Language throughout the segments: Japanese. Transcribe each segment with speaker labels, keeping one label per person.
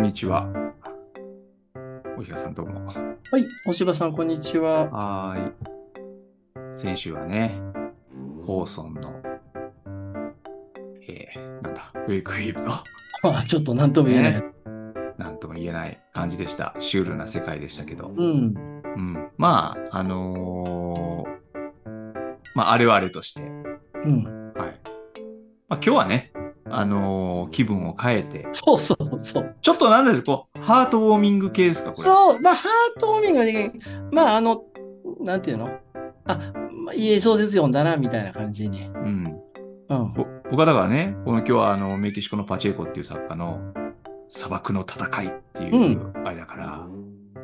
Speaker 1: にちは。大平さんどうも。
Speaker 2: はい、おしばさん、こんにちは。
Speaker 1: はーい。先週はね、ホーソンの、えー、なんだ、ウェイクフィール
Speaker 2: あ ちょっと何と
Speaker 1: ド。
Speaker 2: も言えない。
Speaker 1: ね。なんとも言えない感じでした。シュールな世界でしたけど。
Speaker 2: うん。
Speaker 1: うん。まあ、あのーまあ、あれはあれとして。
Speaker 2: うん。
Speaker 1: はい。まあ、今日はね、あのー気分を変えて、
Speaker 2: そうそうそう。
Speaker 1: ちょっとなんだろう、こう、ハートウォーミング系ですか、これ。
Speaker 2: そう、まあ、ハートウォーミングはねまあ、あの、なんていうのあ、まあ、いい小説読んだな、みたいな感じに。
Speaker 1: うん。
Speaker 2: うん。
Speaker 1: ぼ僕はだからね、この今日はあのメキシコのパチェイコっていう作家の砂漠の戦いっていうあれだから、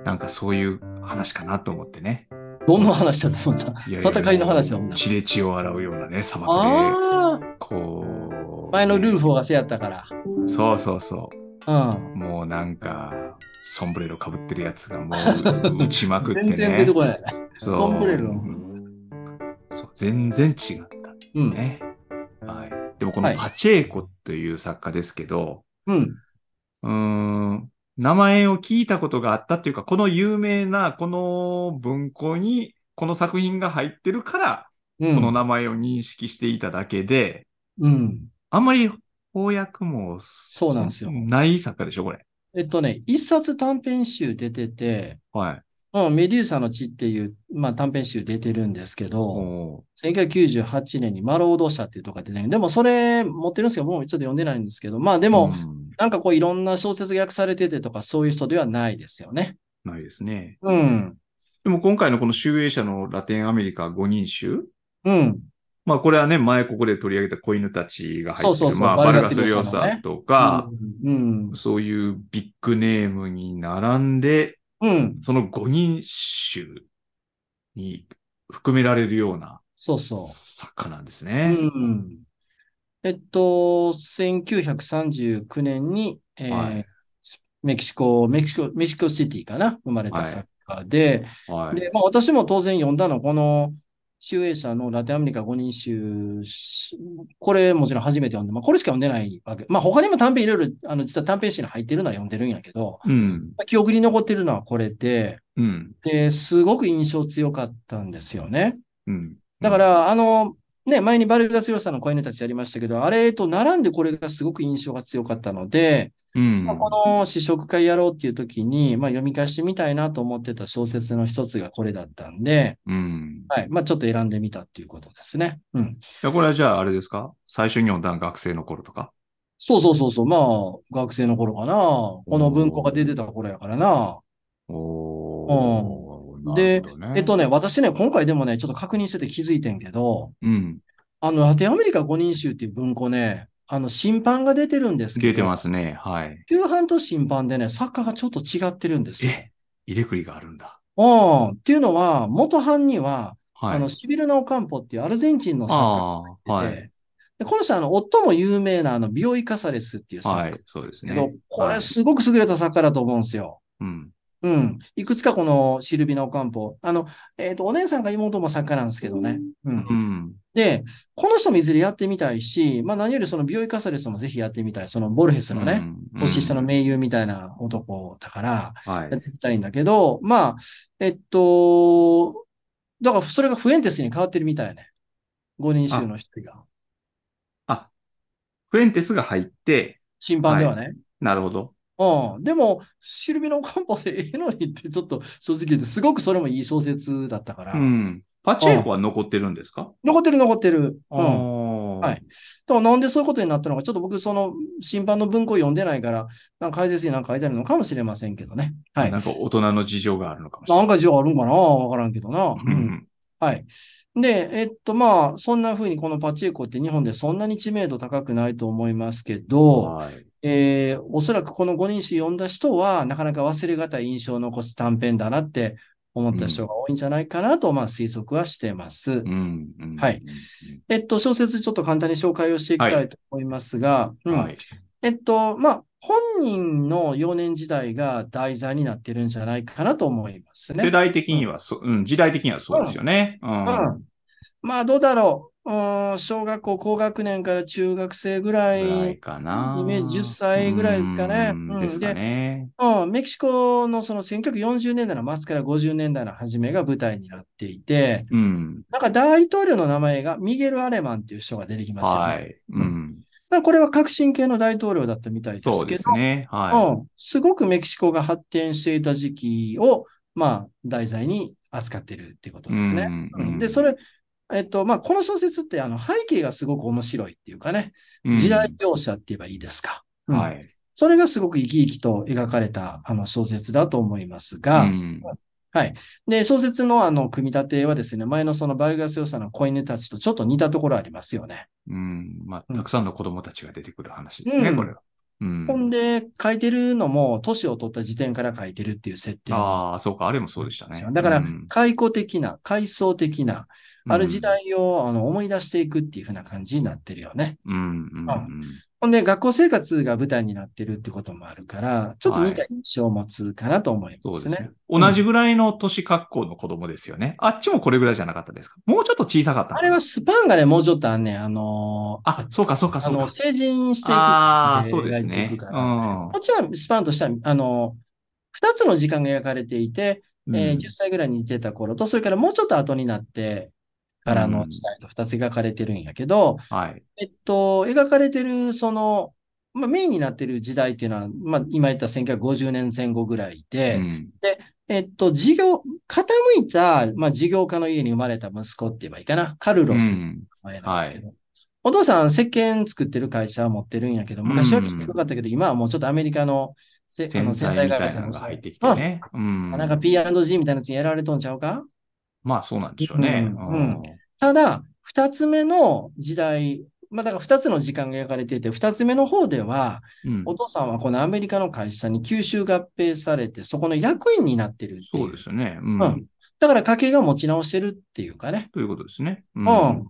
Speaker 1: なんかそういう話かなと思ってね。
Speaker 2: どんな話 だと思った
Speaker 1: いや
Speaker 2: 戦いの話だもんな
Speaker 1: 血で血を洗うようなね、砂漠で、
Speaker 2: ああ、
Speaker 1: こう。
Speaker 2: 前のルー
Speaker 1: フ。
Speaker 2: フォーがせやったか
Speaker 1: そうそうそ
Speaker 2: ら。
Speaker 1: う。もうなんか、ソンブレロかぶってるやつがも う打ちま
Speaker 2: う
Speaker 1: くっ
Speaker 2: ん。
Speaker 1: て
Speaker 2: 全
Speaker 1: ね。
Speaker 2: 然出てこない。
Speaker 1: そう
Speaker 2: ソンブレロ
Speaker 1: そう、全然違った
Speaker 2: うん。
Speaker 1: ね。はい。でもこ
Speaker 2: は
Speaker 1: の
Speaker 2: い
Speaker 1: パチェイコっていう作家ですけど、
Speaker 2: うん。
Speaker 1: うーん、名前を聞いたことがあったっていうか、この有名な、この文庫に、この作品が入ってるから、
Speaker 2: う
Speaker 1: この
Speaker 2: ん。
Speaker 1: 名前を認識していただけで、
Speaker 2: うん。
Speaker 1: あんまり翻訳も
Speaker 2: そうなんですよ
Speaker 1: ない作家でしょ、これ。
Speaker 2: えっとね、一冊短編集出てて、
Speaker 1: はい。
Speaker 2: うん、メデューサの血っていう、まあ、短編集出てるんですけど、
Speaker 1: お
Speaker 2: 1998年にマロード社っていうとか出てる。でもそれ持ってるんですけど、もうちょっと読んでないんですけど、まあで
Speaker 1: で
Speaker 2: も、
Speaker 1: うん、
Speaker 2: なんかこういろんな小説が訳されててとかそういう人ではないですよね。
Speaker 1: ないですね。
Speaker 2: うん。
Speaker 1: でも今回のこの集英社のラテンアメリカ5人集、
Speaker 2: うん。
Speaker 1: まあこれはね、前ここで取り上げた子犬たちが入ってる、
Speaker 2: そうそうそう
Speaker 1: まあバ
Speaker 2: バ
Speaker 1: ル
Speaker 2: ル
Speaker 1: ガス・
Speaker 2: ガス
Speaker 1: リ
Speaker 2: リ
Speaker 1: ョ
Speaker 2: ョ
Speaker 1: ー
Speaker 2: ー
Speaker 1: サ
Speaker 2: サ
Speaker 1: ー
Speaker 2: のね
Speaker 1: とか、
Speaker 2: うん。
Speaker 1: そういうビッグネームに並んで、
Speaker 2: うん。
Speaker 1: その5人衆に含められるような
Speaker 2: そうそ
Speaker 1: 作家なんです
Speaker 2: う。う
Speaker 1: ね。
Speaker 2: ん。えっと、1939年に、えー
Speaker 1: はい
Speaker 2: メキシコ、メキシコ、メキシコシティかな、生まれた作家で、
Speaker 1: はい。
Speaker 2: で、まあ、私も当然読んだの、この、集英社のラテンアメリカ5人集し、これもちろん初めて読んで、まあ、これしか読んでないわけ。まあ、他にも短編いろいろ、あの、実は短編集に入ってるのは読んでるんやけど、
Speaker 1: うん。
Speaker 2: まあ記憶に残ってるのはこれで、
Speaker 1: うん。
Speaker 2: で、すごく印象強かったんですよね。
Speaker 1: うん。
Speaker 2: だから、あの、ね、前にバルガス・ヨさんの子犬たちやりましたけど、あれと並んでこれがすごく印象が強かったので、
Speaker 1: うん、
Speaker 2: まあこの試食会やろうっていう時に、まあ、読み返してみたいなと思ってた小説の一つがこれだったんで、
Speaker 1: うん。
Speaker 2: はいまあ、ちょっと選んでみたっていうことですね。うん、
Speaker 1: いやこれはじゃああれですか最初に読んだ学生の頃とか。
Speaker 2: そうそうそうそう、まあ学生の頃かな、この文庫が出てた頃やからな。
Speaker 1: おー。
Speaker 2: で
Speaker 1: なるほどね
Speaker 2: えっとね、私ね、今回でもね、ちょっと確認してて気づいてんけど、
Speaker 1: うん。
Speaker 2: あの、ラテンアメリカ五人集っていう文庫ね、あの、審判が出てるんですけど、
Speaker 1: 出てますね。はい。
Speaker 2: 旧版と審判でね、作家がちょっと違ってるんですよ。
Speaker 1: え、入れくりがあるんだ。
Speaker 2: うん。っていうのは、元版には、
Speaker 1: はい。
Speaker 2: あの、シビルナ・オカンポっていうアルゼンチンの作家
Speaker 1: ああ、
Speaker 2: が
Speaker 1: はい
Speaker 2: て
Speaker 1: い。
Speaker 2: でこの人はあの、夫も有名なあの、ビオイ・カサレスっていう作家
Speaker 1: は
Speaker 2: なんで
Speaker 1: い。そうです
Speaker 2: すけ
Speaker 1: ね。
Speaker 2: ど、こ
Speaker 1: は
Speaker 2: れ
Speaker 1: い
Speaker 2: すごく優れた作家だと思うんですよ。
Speaker 1: うん。
Speaker 2: うん。いくつかこのシルビナ・オカンポ。あの、えっ、と、お姉さんが妹も作家なんですけどね。うん
Speaker 1: う。ん。
Speaker 2: で、この人もいずれやってみたいし、まあ何よりそのビオイ・カサレスもぜひやってみたい。そのボルヘスのね、
Speaker 1: うん
Speaker 2: 年下の盟友みたいな男だから、
Speaker 1: はい
Speaker 2: やっ。てみたいんだけど、まあ、えっと、だからそれがフエンテスに変わってるみたいね。5人衆の一人が。
Speaker 1: あ、フレンテスが入って、
Speaker 2: 審判ではね。
Speaker 1: なるほど。
Speaker 2: うん。でも、シルビノ・カンポでええのにってちょっと正直言って、すごくそれもいい小説だったから。
Speaker 1: うん。パチェイコは残ってるんですか
Speaker 2: 残ってる残ってる。
Speaker 1: あ
Speaker 2: うん。
Speaker 1: ー
Speaker 2: はい。でもなんでそういうことになったのか、ちょっと僕、その審判の文庫を読んでないから、なんか解説になんか書いてあるのかもしれませんけどね。はい。
Speaker 1: なんか大人の事情があるのかもしれな。
Speaker 2: ないんか事情あるんかなわからんけどな。
Speaker 1: う
Speaker 2: うん
Speaker 1: ん。
Speaker 2: はい。で、えっと、まあ、そんな風にこのパチエコって日本でそんなに知名度高くないと思いますけど、
Speaker 1: はい。
Speaker 2: えーおそらくこの5人誌読んだ人は、なかなか忘れがたい印象を残す短編だなって思った人が多いんじゃないかなと、まあ、推測はしてます。
Speaker 1: うん。うん
Speaker 2: はい。えっと、小説ちょっと簡単に紹介をしていきたいと思いますが、
Speaker 1: う
Speaker 2: うんん
Speaker 1: はい。
Speaker 2: えっと、まあ、本人の幼年時代が題材になってるんじゃないかなと思いますね。
Speaker 1: 世代的にはそ、うん、時代的にはそうですよね。うん。
Speaker 2: うんまあどうだろうん、小学校高学年から中学生ぐら
Speaker 1: ぐらい
Speaker 2: い、
Speaker 1: かな。
Speaker 2: イメージ10歳ぐらいですかね
Speaker 1: うん
Speaker 2: うん
Speaker 1: ですかね。
Speaker 2: うん、メキシコのその1940年代の末から50年代の初めが舞台になっていて、
Speaker 1: うん。
Speaker 2: なんか大統領の名前がミゲル・アレマンっていう人が出てきましたよね。
Speaker 1: は
Speaker 2: だか
Speaker 1: い。うん。
Speaker 2: らこれは革新系の大統領だったみたいですけど、
Speaker 1: そうですね。は
Speaker 2: うん、すごくメキシコが発展していた時期を、まあ、題材に扱ってるってこと
Speaker 1: い。
Speaker 2: ですね。
Speaker 1: うん
Speaker 2: うんで、それ、えっと、まあ、この小説って、あの、背景がすごく面白いっていうかね、時代描写って言えばいいですか。
Speaker 1: うん
Speaker 2: うん
Speaker 1: はい。
Speaker 2: それがすごく生き生きと描かれた、あの、小説だと思います
Speaker 1: う
Speaker 2: が、
Speaker 1: ん
Speaker 2: で、小説のあの、組み立てはですね、前のそのバルガス・ヨサの子犬たちとちょっと似たところありますよね。
Speaker 1: うん。ま
Speaker 2: う
Speaker 1: あ、
Speaker 2: ん
Speaker 1: たくさんの子供たちが出てくる話ですね、
Speaker 2: うん
Speaker 1: これは。うん
Speaker 2: ほんで、書いてるのも、年を取った時点から書いてるっていう設定なん
Speaker 1: ああ、そうか、あれもそうでした
Speaker 2: です
Speaker 1: ね
Speaker 2: よ。。だから
Speaker 1: うん、
Speaker 2: 解雇的な、階層的な、ある時。代をあの思い出していくっていう風な感じになってるよね。
Speaker 1: うん。うんうんうん
Speaker 2: ほんで、学校生活が舞台になってるってこともあるから、ちょっと似た印象を持つかなと思い
Speaker 1: そ
Speaker 2: ま
Speaker 1: う
Speaker 2: す
Speaker 1: です
Speaker 2: ね
Speaker 1: ね。。同じぐらいの年格好の子供ですよね。あっちもこれぐらいじゃなかったですか。もうちょっと小さかったの
Speaker 2: あれはスパンがね、もうちょっとあんねん、あのー
Speaker 1: あ、そうか、そうか、
Speaker 2: あ
Speaker 1: そう
Speaker 2: の、
Speaker 1: か。
Speaker 2: 成人していく。
Speaker 1: ああ、そうです
Speaker 2: 描いて
Speaker 1: ね
Speaker 2: い。く
Speaker 1: う
Speaker 2: から
Speaker 1: ん
Speaker 2: こっちはスパンとしては、あのー、2つの時間が描かれていて、えー10歳ぐらいに出た頃と、それからもうちょっと後になってからの時代と2つ描かれてるんやけど、
Speaker 1: はい。
Speaker 2: えっと、描かれてる、その、まあ、メインになってる時代っていうのは、まあ、今言った1950年前後ぐらいで、
Speaker 1: うん
Speaker 2: えっと、事業、傾いた、まあ、事業家の家に生まれた息子って言えばいいかな。カル
Speaker 1: う
Speaker 2: ロスって
Speaker 1: ん
Speaker 2: 名前なんですけど。お父さん、石鹸作ってる会社を持ってるんやけど、昔は結構良かったけど、今はもうちょっとアメリカの、せあ
Speaker 1: 洗
Speaker 2: の
Speaker 1: 剤みたいなのが入ってきて。ね。うん
Speaker 2: うんなんか P&G みたいなやつにやられとんちゃうか
Speaker 1: まあそうなんでしょうね。
Speaker 2: うんただ、二つ目の時代、まあ、だから二つの時間が描かれていて、二つ目の方では、
Speaker 1: うん
Speaker 2: お父さんはこのアメリカの会社に吸収合併されて、そこの役員になってるってい。
Speaker 1: そううですよね。うん
Speaker 2: うんだから家計が持ち直してるっていうかね。
Speaker 1: ということですね。う
Speaker 2: うんん。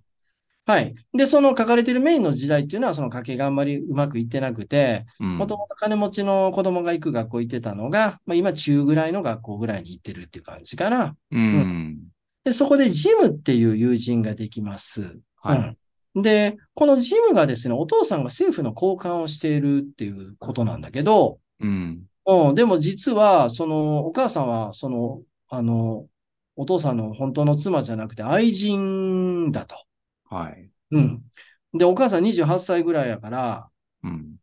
Speaker 2: はい。で、その書かれてるメインの時代っていうのは、その家計があんまりうまくいってなくて、
Speaker 1: うん
Speaker 2: もともと金持ちの子供が行く学校行ってたのが、まあ、今中ぐらいの学校ぐらいに行ってるっていう感じかな。
Speaker 1: うん
Speaker 2: で、そこでジムっていう友人ができます。
Speaker 1: は
Speaker 2: う
Speaker 1: い。
Speaker 2: んで、このジムがですね、お父さんが政府の交換をしているっていうことなんだけど、
Speaker 1: うん
Speaker 2: うん、でも実は、その、お母さんは、その、あの、お父さんの本当の妻じゃなくて愛人だと。
Speaker 1: はい。
Speaker 2: うん。で、お母さん28歳ぐらいやから、
Speaker 1: うん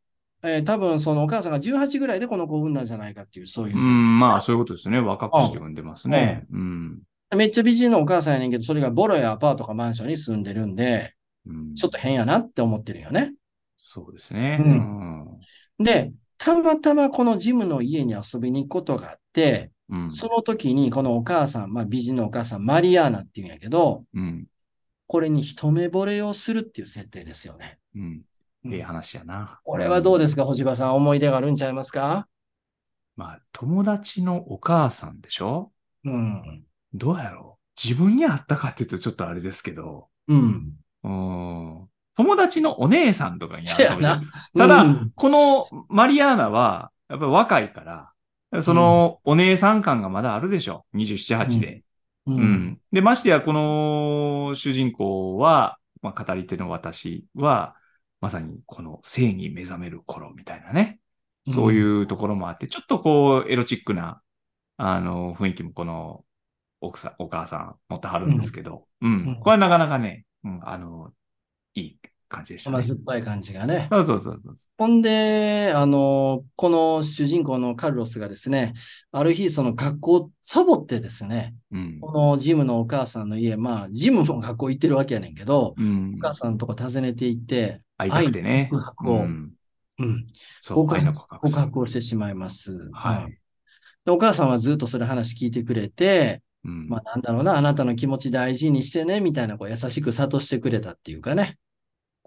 Speaker 2: えー多分そのお母さんが18ぐらいでこの子を産んだんじゃないかっていう、そういうう、
Speaker 1: んまあそういうことですね。若くして読んでますね。うん
Speaker 2: めっちゃ美人のお母さんやねんけど、それがボロやアパートかマンションに住んでるんで、
Speaker 1: うん
Speaker 2: ちょっと変やなって思ってるよね。
Speaker 1: そうですね。
Speaker 2: うん
Speaker 1: うん
Speaker 2: で、たまたまこのジムの家に遊びに行くことがあって、
Speaker 1: うん
Speaker 2: その時にこのお母さん、まあ美人のお母さん、マリアーナっていうんやけど、
Speaker 1: うん
Speaker 2: これに一目惚れをするっていう設定ですよね。
Speaker 1: うんええ話やな。
Speaker 2: これはどう
Speaker 1: で
Speaker 2: ですか、星葉さん。思い出があるんちゃいますか
Speaker 1: まあ友達のお母さんでしょ
Speaker 2: うん。
Speaker 1: どうやろう自分にあったかっていうとちょっとあれですけど、
Speaker 2: うん。
Speaker 1: うん友達のお姉さんとかにあ
Speaker 2: せや
Speaker 1: る
Speaker 2: な。
Speaker 1: ただ、
Speaker 2: うん
Speaker 1: このマリアーナは、やっぱり若いから、そのお姉さん感がまだあるでしょ。27、8で、
Speaker 2: う
Speaker 1: うん
Speaker 2: ん。
Speaker 1: で、ましてや、この主人公は、まあ、語り手の私は、まさにこの性に目覚める頃みたいなね。そういうところもあって、ちょっとこう、エロチックな、あの、雰囲気もこの奥さん、お母さん持ってはるんですけど、うん。
Speaker 2: うん
Speaker 1: これはなかなかね、うん、あの、いい感じでしたね。
Speaker 2: 甘酸っぱい感じがね。
Speaker 1: そうそうそうそう。
Speaker 2: ほんで、あの、この主人公のカルロスがですね、ある日、その学校をサボってですね、
Speaker 1: うん。
Speaker 2: このジムのお母さんの家、まあ、ジムも学校行ってるわけやねんけど、
Speaker 1: うん
Speaker 2: お。母さんのとこ訪ねて行って、
Speaker 1: 会いたくてね。
Speaker 2: 愛の告白を
Speaker 1: ん、
Speaker 2: うん、
Speaker 1: そう、愛の告白
Speaker 2: 告白をしてしまいます。
Speaker 1: は
Speaker 2: うん
Speaker 1: い。
Speaker 2: でお母さんはずっとそれ話聞いてくれて、
Speaker 1: うん
Speaker 2: まあなんだろうな、あなたの気持ち大事にしてね、みたいな、こう優しく諭してくれたっていうかね。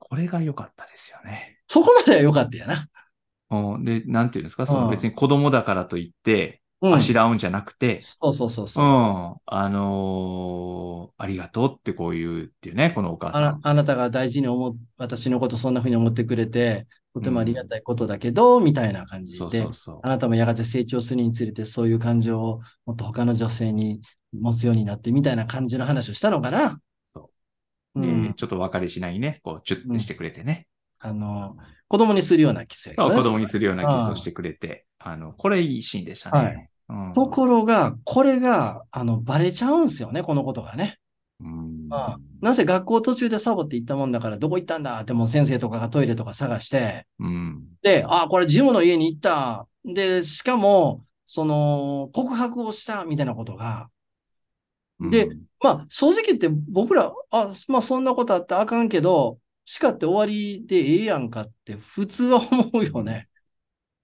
Speaker 1: これが良かったですよね。
Speaker 2: そこまでは良かったよな。
Speaker 1: うんで、なんていうんですか、その
Speaker 2: うん
Speaker 1: 別に子供だからといって、
Speaker 2: うん。
Speaker 1: あしらうんじゃなくて、
Speaker 2: そうそうそう
Speaker 1: う
Speaker 2: そう、
Speaker 1: ん、あのーありがとうってこういうっていうね、このお母
Speaker 2: あ
Speaker 1: さ
Speaker 2: な。
Speaker 1: ん。
Speaker 2: あなたが大事に思う、私のことそんな風に思ってくれて、とてもありがたいことだけど、みたいな感じで。
Speaker 1: そうそうそ
Speaker 2: あなたもやがて成長するにつれて、そういう感情をもっと他の女性に持つようになってみたいな感じの話をしたのかな。うん
Speaker 1: えーちょっとお別れしないね、こう、チュッてしてくれてね。
Speaker 2: あの、子供にするようなキスやけどね
Speaker 1: 子供にするようなキスをしてくれて、あの、これいいシーンでしたね。うん
Speaker 2: ところが、これが、あの、バレちゃうんですよね、このことがね。
Speaker 1: うん
Speaker 2: あなぜ学校途中でサボって行ったもんだから、どこ行ったんだってもう先生とかがトイレとか探して、
Speaker 1: うん。
Speaker 2: で、あ、これジムの家に行った。で、しかも、その、告白をしたみたいなことが、で
Speaker 1: うん、
Speaker 2: まあ、正直言って僕ら、あ、まあ、そんなことあったらあかんけど、叱って終わりでええやんかって、普通は思うよね。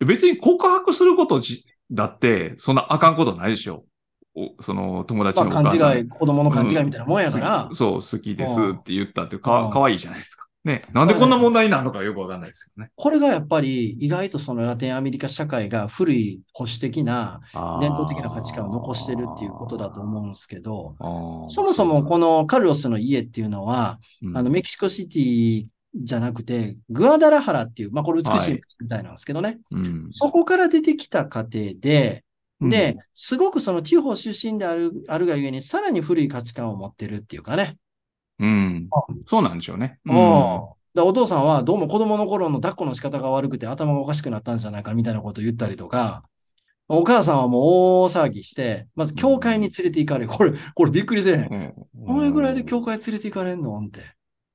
Speaker 1: 別に告白することじだって、そんなあかんことないでしょ。おその友達
Speaker 2: まあ、
Speaker 1: のお母さん
Speaker 2: 勘違い、子供の勘違いみたいなもんやから
Speaker 1: 好き、そう、好きですって言ったって
Speaker 2: う
Speaker 1: か
Speaker 2: ん
Speaker 1: かわいいじゃないですか。ね。なんでこんな問題になるのかよくわかんないですけどね。
Speaker 2: これがやっぱり意外とそのラテンアメリカ社会が古い保守的な伝統的な価値観を残してるっていうことだと思うんですけど、
Speaker 1: あー
Speaker 2: そもそもこのカルロスの家っていうのは、
Speaker 1: うん
Speaker 2: あのメキシコシティじゃなくて、グアダラハラっていう、まあこれ美しい街みたいなんですけどね、
Speaker 1: うん
Speaker 2: そこから出てきた過程で、で、すごくその地方出身であるあるがゆえに、さらに古い価値観を持ってるっていうかね。
Speaker 1: うん。そうなんでしょうね。
Speaker 2: うん、だからお父さんはどうも子供の頃の抱っこの仕方が悪くて頭がおかしくなったんじゃないかみたいなことを言ったりとか、お母さんはもう大騒ぎして、まず教会に連れて行かれる。これ、これびっくりせえへん。
Speaker 1: うん
Speaker 2: これぐらいで教会連れて行かれんのって。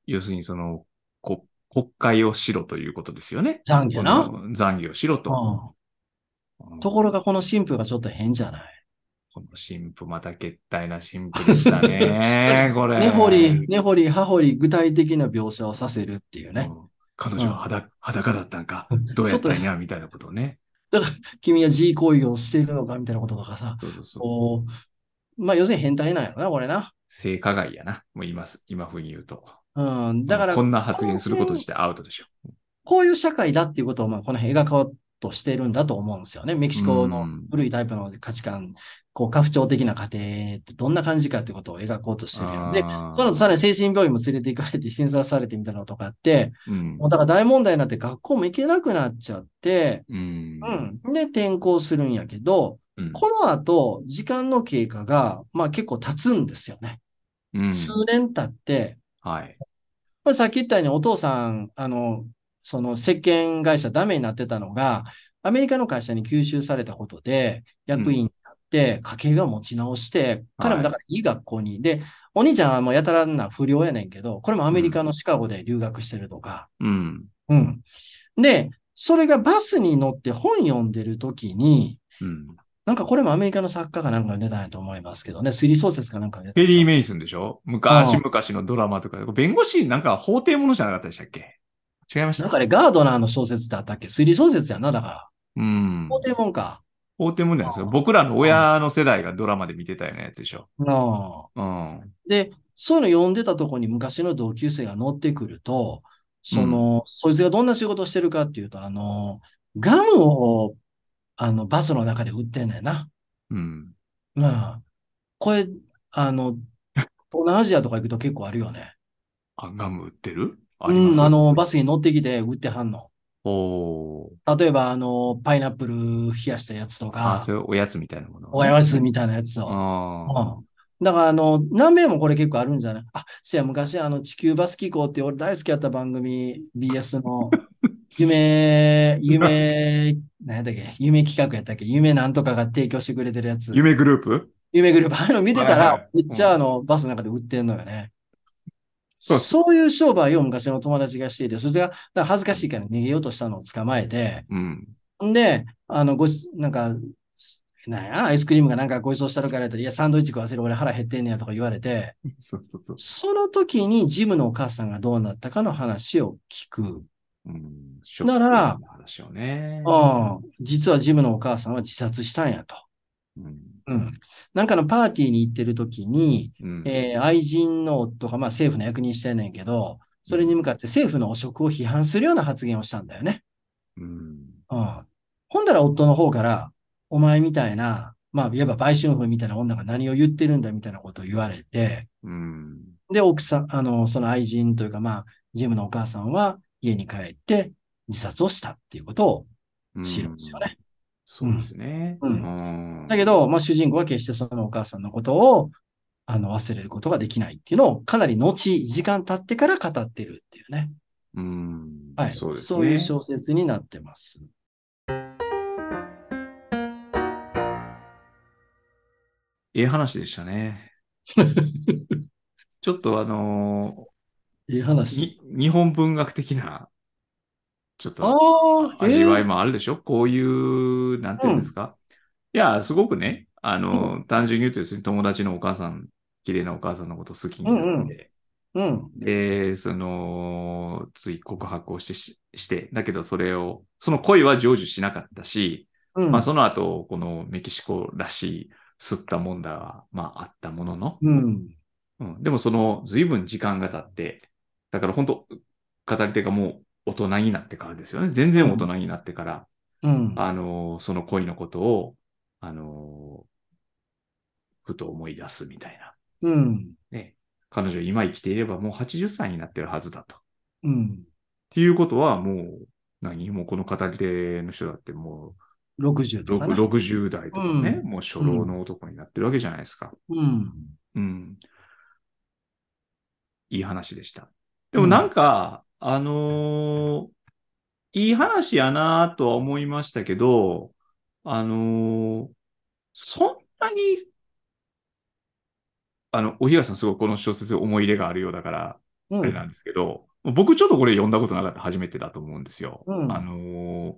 Speaker 1: 要するにその、こ国会をしろということですよね。
Speaker 2: 懺悔な。
Speaker 1: この残業しろと。
Speaker 2: うんところがこの神父がちょっと変じゃない
Speaker 1: この神父、また決体な神父でした ね。これ。
Speaker 2: 根掘り、根掘り、葉掘り、具体的な描写をさせるっていうね。
Speaker 1: うん彼女は裸裸だったんか、どうやったんや、みたいなことをね。
Speaker 2: 君は G 行為をしているのかみたいなこととかさ。
Speaker 1: そうそうそう。
Speaker 2: こう、まあ要するに変態なんやろな、これな。
Speaker 1: 性加害やな。もう言います。今風に言うと。
Speaker 2: うん。だから
Speaker 1: こ、んな発言すること自体アウトでしょ。
Speaker 2: こういう社会だっていうことを、まあ、この辺描こうとしてるんだと思うんですよね。メキシコ
Speaker 1: う
Speaker 2: の
Speaker 1: ん
Speaker 2: 古いタイプの価値観、こう、家父長的な家庭ってどんな感じかってことを描こうとしてるやん。で、
Speaker 1: あー
Speaker 2: その後さらに精神病院も連れて行かれて診察されてみたいなのとかあって、
Speaker 1: うん
Speaker 2: もうだから大問題になって学校も行けなくなっちゃって、
Speaker 1: うん。
Speaker 2: うん。で、転校するんやけど、
Speaker 1: うん
Speaker 2: この後、時間の経過が、まあ結構経つんですよね。
Speaker 1: うん
Speaker 2: 数年経って、
Speaker 1: はい。
Speaker 2: まあ、さっき言ったようにお父さん、あの、その石鹸会社ダメになってたのが、アメリカの会社に吸収されたことで、役員になって、家計が持ち直して、彼もだからいい学校に、で、お兄ちゃんはもうやたらな不良やねんけど、これもアメリカのシカゴで留学してるとか、
Speaker 1: うん。
Speaker 2: うん。で、それがバスに乗って本読んでる時に、
Speaker 1: うん。
Speaker 2: なんかこれもアメリカの作家かなんかが出たんやと思いますけどね、推理小説かなんかが出た
Speaker 1: ペ
Speaker 2: んちゃう
Speaker 1: リー・メイソンでしょ
Speaker 2: う
Speaker 1: 昔
Speaker 2: ん
Speaker 1: 々のドラマとか、弁護士なんか法廷ものじゃなかったでしたっけ違いまし
Speaker 2: な
Speaker 1: た
Speaker 2: んかね、ガードナーの小説だったっけ推理小説やな、だから。
Speaker 1: うん。
Speaker 2: 法廷もんか。
Speaker 1: 法廷ものじゃないですか。僕らの親の世代がドラマで見てたようなやつでしょ。
Speaker 2: な
Speaker 1: う
Speaker 2: あ。
Speaker 1: ん。
Speaker 2: で、そういうの読んでたとこに昔の同級生が乗ってくると、その、そいつがどんな仕事してるかっていうと、あの、ガムを、あの、バスの中で売ってんねんな。
Speaker 1: うん。
Speaker 2: まあ、これ、あの、東南アジアとか行くと結構あるよね。
Speaker 1: あ、ガム売ってるあり
Speaker 2: う
Speaker 1: ます
Speaker 2: ん、あの、バスに乗ってきて売ってはんの。
Speaker 1: おー
Speaker 2: 例えば、あの、パイナップル冷やしたやつと
Speaker 1: あ
Speaker 2: か
Speaker 1: そ、れおやつみたいなもの。
Speaker 2: おやつ
Speaker 1: み
Speaker 2: みたいなやつ
Speaker 1: た
Speaker 2: を
Speaker 1: い。な。
Speaker 2: うんだから、あの、南米もこれ結構あるんじゃないあ、せや、昔、あの、地球バス機構って俺大好きやった番組、BS の、夢、夢、何やったっけ夢企画やったっけ夢なんとかが提供してくれてるやつ。
Speaker 1: 夢グループ
Speaker 2: 夢グループ。ああいうの見て
Speaker 1: は
Speaker 2: た
Speaker 1: いは
Speaker 2: ら
Speaker 1: い、
Speaker 2: めっちゃあの、バスの中で売ってんのよね。
Speaker 1: そう
Speaker 2: そういう商売を昔の友達がしていて、それが、だから恥ずかしいから逃げようとしたのを捕まえて、
Speaker 1: うん。
Speaker 2: んで、あの、ごち、なんか、すなんや、アイスクリームかなんかごちそうしたるから言われたら、いや、サンドイッチ食わせる、俺腹減ってんねやとか言われて、
Speaker 1: そうそうそう。
Speaker 2: その時にジムのお母さんがどうなったかの話を聞く。
Speaker 1: うん。
Speaker 2: なら
Speaker 1: ショックな話をね。
Speaker 2: うん。実はジムのお母さんは自殺したんやと。
Speaker 1: うん。
Speaker 2: うん。なんかのパーティーに行ってる時に、
Speaker 1: うん。
Speaker 2: えー愛人の夫が、まあ政府の役人してんねんけど、それに向かって政府の汚職を批判するような発言をしたんだよね。
Speaker 1: うん。
Speaker 2: うん。ほんだら夫の方から、お前みたいな、まあ、いわば売春婦みたいな女が何を言ってるんだみたいなことを言われて、
Speaker 1: うん。
Speaker 2: で、奥さん、あの、その愛人というか、まあ、ジムのお母さんは家に帰って自殺をしたっていうことを
Speaker 1: うん
Speaker 2: 知るんですよね。
Speaker 1: そうですね。
Speaker 2: うん
Speaker 1: ん
Speaker 2: だけ、ど、まあ、主人公は決してそのお母さんのことを、あの、忘れることができないっていうのを、かなり後、時間経ってから語ってるっていうね。
Speaker 1: うん。
Speaker 2: はい。
Speaker 1: そうですね。
Speaker 2: いう小説になってます。
Speaker 1: ええ話でした ね。ちょっとあの
Speaker 2: いい
Speaker 1: ー
Speaker 2: 話。
Speaker 1: に、日本文学的な、ちょっと
Speaker 2: ああ、
Speaker 1: 味わい
Speaker 2: え
Speaker 1: もあるでしょ、こういう、なんていうんですか、いや、すごくね、あの、単純に言うとですね、友達のお母さん、綺麗なお母さんのこと好きになって、
Speaker 2: うんーうん。
Speaker 1: で、その、つい告白をしてし、して、だけどそれを、その恋は成就しなかったし、
Speaker 2: うん。
Speaker 1: まあその後、このメキシコらしい、吸ったもんだは、まああったものの、
Speaker 2: うん。
Speaker 1: うん、でもその、随分時間が経って、だから本当語り手がもう大人になってからですよね。全然大人になってから、
Speaker 2: うん。
Speaker 1: あのーその恋のことを、あのーふと思い出すみたいな。
Speaker 2: うん。
Speaker 1: ね。彼女今生きていればもう80歳になってるはずだと。っ
Speaker 2: うん。
Speaker 1: ていうことはもう、何もうこの語り手の人だっても
Speaker 2: 60
Speaker 1: う、
Speaker 2: とかな。
Speaker 1: ろく60代とかね、
Speaker 2: う
Speaker 1: もう初老の男になってるわけじゃないですか。
Speaker 2: うん。
Speaker 1: うん。いい話でした。でもなんか、あのーいい話やなとは思いましたけど、あのーそんなに、あの、おひがさんすごいこの小説思い入れがあるようだから、
Speaker 2: う
Speaker 1: あれ
Speaker 2: ん。
Speaker 1: なんですけど、僕ちょっとこれ読んだことなかった、初めてだと思うんですよ。
Speaker 2: うん
Speaker 1: あのー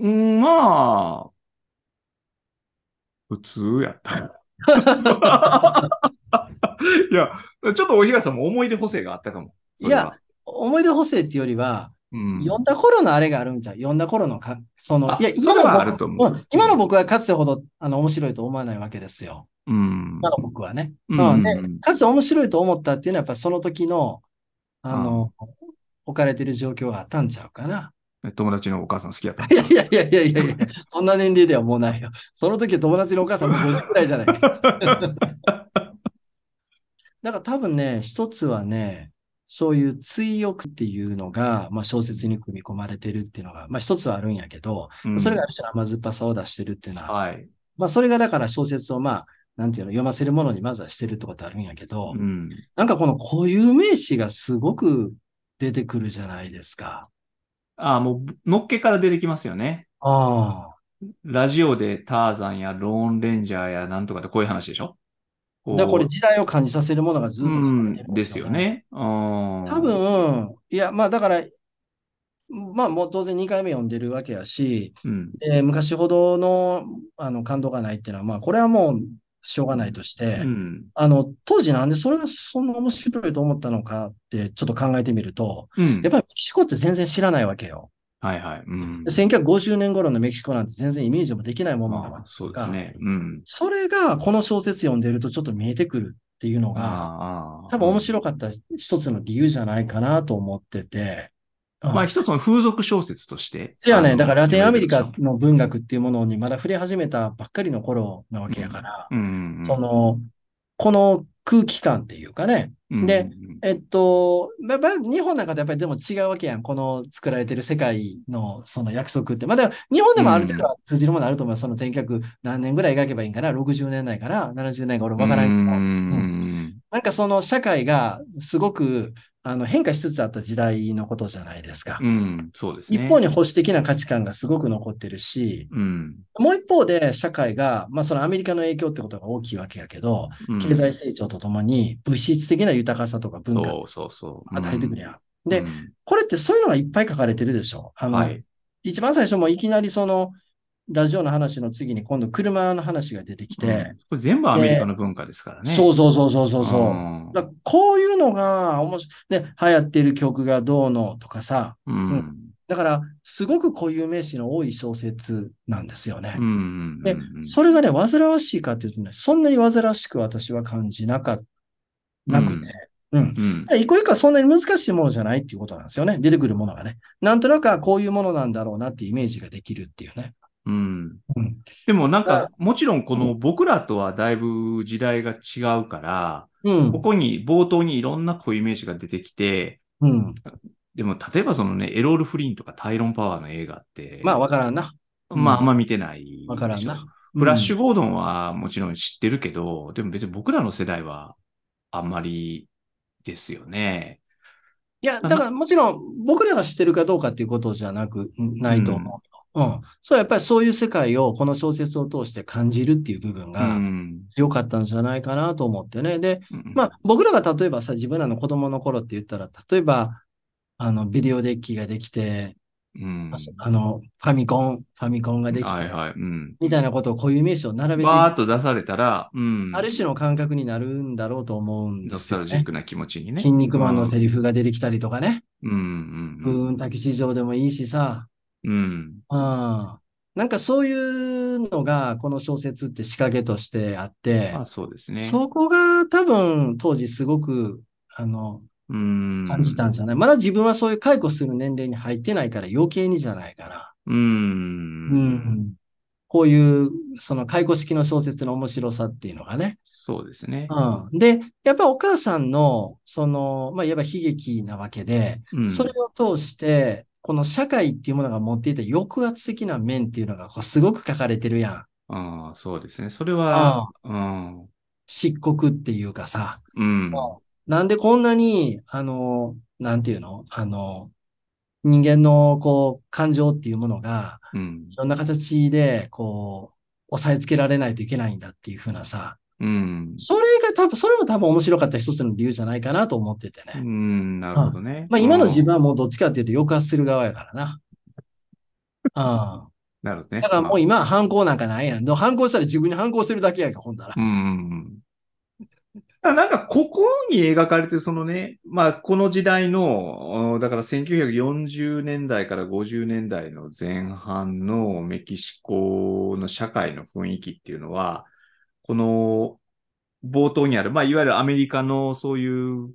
Speaker 1: うん、まあ、普通やったよ。いや、ちょっとお東さんも思い出補正があったかも。それは、
Speaker 2: 思い出補正っていうよりは、
Speaker 1: うん、
Speaker 2: 読んだ頃のあれがあるんじゃう読んだ頃のか、その
Speaker 1: あ、
Speaker 2: いや、
Speaker 1: それはあ
Speaker 2: 今
Speaker 1: る
Speaker 2: の
Speaker 1: と
Speaker 2: 僕
Speaker 1: 思う
Speaker 2: うん今の僕はかつてほど、あの、面白いと思わないわけですよ。
Speaker 1: うん。
Speaker 2: 今の僕はね。
Speaker 1: うん
Speaker 2: うんで、かつて面白いと思ったっていうのは、やっぱその時の、あの、置かれてる状況があったんちゃうかな。
Speaker 1: 友達のお母さん好きやったん
Speaker 2: い
Speaker 1: です
Speaker 2: や
Speaker 1: か
Speaker 2: いやいやいやいやいや、そんな年齢ではもうないよ。その時は友達のお母さんも50くらいじゃない か。だから多分ね、一つはね、そういう追憶っていうのが、まあ、小説に組み込まれてるっていうのが、まあ、一つはあるんやけど、
Speaker 1: うん
Speaker 2: それがある種の甘酸っぱさを出してるっていうのは、
Speaker 1: はい。
Speaker 2: まあ、それがだから小説をまあ、なんていうの、読ませるものにまずはしてるってことあるんやけど、
Speaker 1: うん。
Speaker 2: なんかこの固有名詞がすごく出てくるじゃないですか。
Speaker 1: ああ、もう、のっけから出てきますよね。
Speaker 2: ああ。
Speaker 1: ラジオでターザンやローンレンジャーやなんとかってこういう話でしょ
Speaker 2: じゃあこれ
Speaker 1: う
Speaker 2: 時代を感じさせるものがずっと
Speaker 1: うん
Speaker 2: 書かれてるん
Speaker 1: ですよ。ね。多
Speaker 2: 多、分、いや、まあだから、まあもう当然2回目読んでるわけやし、
Speaker 1: うん、
Speaker 2: えー昔ほどのあの感動がないっていうのは、まあこれはもうしょうがないとして、
Speaker 1: うん。
Speaker 2: あの、当時なんでそれがそんな面白いと思ったのかってちょっと考えてみると、
Speaker 1: うん
Speaker 2: やっ。ぱりメキシコって全然知らないわけよ。
Speaker 1: はいはい。うん。
Speaker 2: 1950年頃のメキシコなんて全然イメージもできないものな
Speaker 1: ま
Speaker 2: わ
Speaker 1: あ
Speaker 2: け、
Speaker 1: そうですね。うん。
Speaker 2: それがこの小説読んでるとちょっと見えてくるっていうのが、
Speaker 1: ああ。
Speaker 2: 多分面
Speaker 1: い。
Speaker 2: 白かった一つの理由じゃないかなと思ってて。うん
Speaker 1: まあ一つの風俗小説として。
Speaker 2: そうやね。
Speaker 1: あの
Speaker 2: だからラテンアメリカ
Speaker 1: 広
Speaker 2: の文学っていうものにまだ触れ始めたばっかりの頃なわけやから、
Speaker 1: げるでしょうんうん。
Speaker 2: その、この空気感っていうかね、
Speaker 1: うん、
Speaker 2: でえっと、まあ、まあ日本なんかとやっぱりでも違うわけやん。この作られてる世界のその約束って。まあ、でも日本でもある程度は通じるものあると思う。その転脚何年ぐらい描けばいいんかな ?60 年代かな ?70 年か俺
Speaker 1: うん、
Speaker 2: わからんけ
Speaker 1: う
Speaker 2: ど。
Speaker 1: ん。
Speaker 2: なんかその社会がすごくあの変化しつつあった時代のことじゃないですか。
Speaker 1: うん。そうです
Speaker 2: 一
Speaker 1: ね。
Speaker 2: 方に保守的な価値観がすごく残ってるし、
Speaker 1: うん。
Speaker 2: もう一方で社会が、まあそのアメリカの影響ってことが大きいわけやけど、
Speaker 1: うん
Speaker 2: 経済成長とともに物質的な豊かさとか文化
Speaker 1: そ
Speaker 2: を
Speaker 1: うそうそう。
Speaker 2: 与えてくるやん。
Speaker 1: うん
Speaker 2: で
Speaker 1: うん
Speaker 2: これってそういうのがいっぱい書かれてるでしょ。あの、
Speaker 1: はい。
Speaker 2: 一番最初もいきなりそのラジオの話の次に今度車の話が出てき
Speaker 1: うん
Speaker 2: て、
Speaker 1: これ全部アメリカの文化ですからね。
Speaker 2: そうそうそうそうそう
Speaker 1: う
Speaker 2: そう。
Speaker 1: ん
Speaker 2: だからこういうのが面白い。で、流行ってる曲がどうのとかさ。
Speaker 1: うん。
Speaker 2: だから、すごく固有名詞の多い小説なんですよね
Speaker 1: うんう。ん。
Speaker 2: で
Speaker 1: うん
Speaker 2: それがね、煩わしいかっていうとね、そんなに煩わしく私は感じなかっなくね。うん。
Speaker 1: うん。
Speaker 2: 一個一個はそんなに難しいものじゃないっていうことなんですよね。出てくるものがね。なんとなくはこういうものなんだろうなっていうイメージができるっていうね。
Speaker 1: うん
Speaker 2: うん
Speaker 1: でもなん
Speaker 2: だ
Speaker 1: か、もちろんこの僕らとはだいぶ時代が違うから、
Speaker 2: うん
Speaker 1: こ。こに冒頭にいろんな固有名詞が出てきて、
Speaker 2: うん。
Speaker 1: でも例えばそのね、エロール・フリンとかタイロン・パワーの映画って、
Speaker 2: まあ、わからんな。
Speaker 1: まああんま見てないでしょ。
Speaker 2: わからんな
Speaker 1: フラッシュ・ゴードンはもちろん知ってるけど、でも別に僕らの世代はあんまりですよね。
Speaker 2: いや、だからもちろん僕らが知ってるかどうかっていうことじゃなく、ないと思う。うん。そう、やっぱりそういう世界をこの小説を通して感じるっていう部分
Speaker 1: う
Speaker 2: が
Speaker 1: ん。
Speaker 2: 強かったんじゃないかなと思ってね。で、
Speaker 1: うん
Speaker 2: まあ僕らが例えばさ、自分らの子供の頃って言ったら、例えば、あの、ビデオデッキができて、
Speaker 1: うん。
Speaker 2: あの、ファミコン、ファミコンができて、
Speaker 1: はいはい。うん。
Speaker 2: みたいなことを固有名詞を並べていく、
Speaker 1: バーッと出されたら、うん。
Speaker 2: ある種の感覚になるんだろうと思うん
Speaker 1: ノ
Speaker 2: で
Speaker 1: ス
Speaker 2: す
Speaker 1: タ
Speaker 2: よ
Speaker 1: ルジッ
Speaker 2: ね。
Speaker 1: クな気持ちにね。
Speaker 2: 筋肉マンのセリフが出てきたりとかね。
Speaker 1: うん。う。
Speaker 2: うんーん、たけし城でもいいしさ。
Speaker 1: うん。うん。
Speaker 2: ああ。なんかそういうのが、この小説って仕掛けとしてあって
Speaker 1: ま、あそうですね。
Speaker 2: そこが多分当時すごく、あの、
Speaker 1: うん。
Speaker 2: 感じたんじゃない、まだ自分はそういう解雇する年齢に入ってないから余計にじゃないかな。
Speaker 1: うん。
Speaker 2: うん。こういう、その解雇式の小説の面白さっていうのがね。
Speaker 1: そうですね。
Speaker 2: うん。で、やっぱお母さんの、その、まあ、いわば悲劇なわけで、
Speaker 1: うん。
Speaker 2: それを通して、この社会っていうものが持っていた抑圧的な面っていうのがこうすごく書かれてるやん。
Speaker 1: ああ、そうですね。それは、うん。うん。
Speaker 2: 漆黒っていうかさ。
Speaker 1: うん。
Speaker 2: なんでこんなに、あの、なんていうのあの、人間のこう、感情っていうものが、
Speaker 1: うん
Speaker 2: い。ろんな形で、こう、押さえつけられないといけないんだっていう風なさ。
Speaker 1: うん。
Speaker 2: それが多分、それも多分面白かった一つの理由じゃないかなと思っててね。
Speaker 1: うん。なるほどね。
Speaker 2: まあ今の
Speaker 1: うん
Speaker 2: 自分はもうどっちかっていうと抑圧する側やからな。あ
Speaker 1: なるほど
Speaker 2: あ。
Speaker 1: ね。
Speaker 2: だからもう
Speaker 1: ま
Speaker 2: 今は反抗なんかないやん。でも反抗したら自分に反抗してるだけやんか、ほんなら
Speaker 1: あ、。うんうんうん。だからなんか、ここに描かれて、そのね、まあ、この時代の、うんだから1940年代から50年代の前半のメキシコの社会の雰囲気っていうのは、この冒頭にある、まあ、いわゆるアメリカのそういう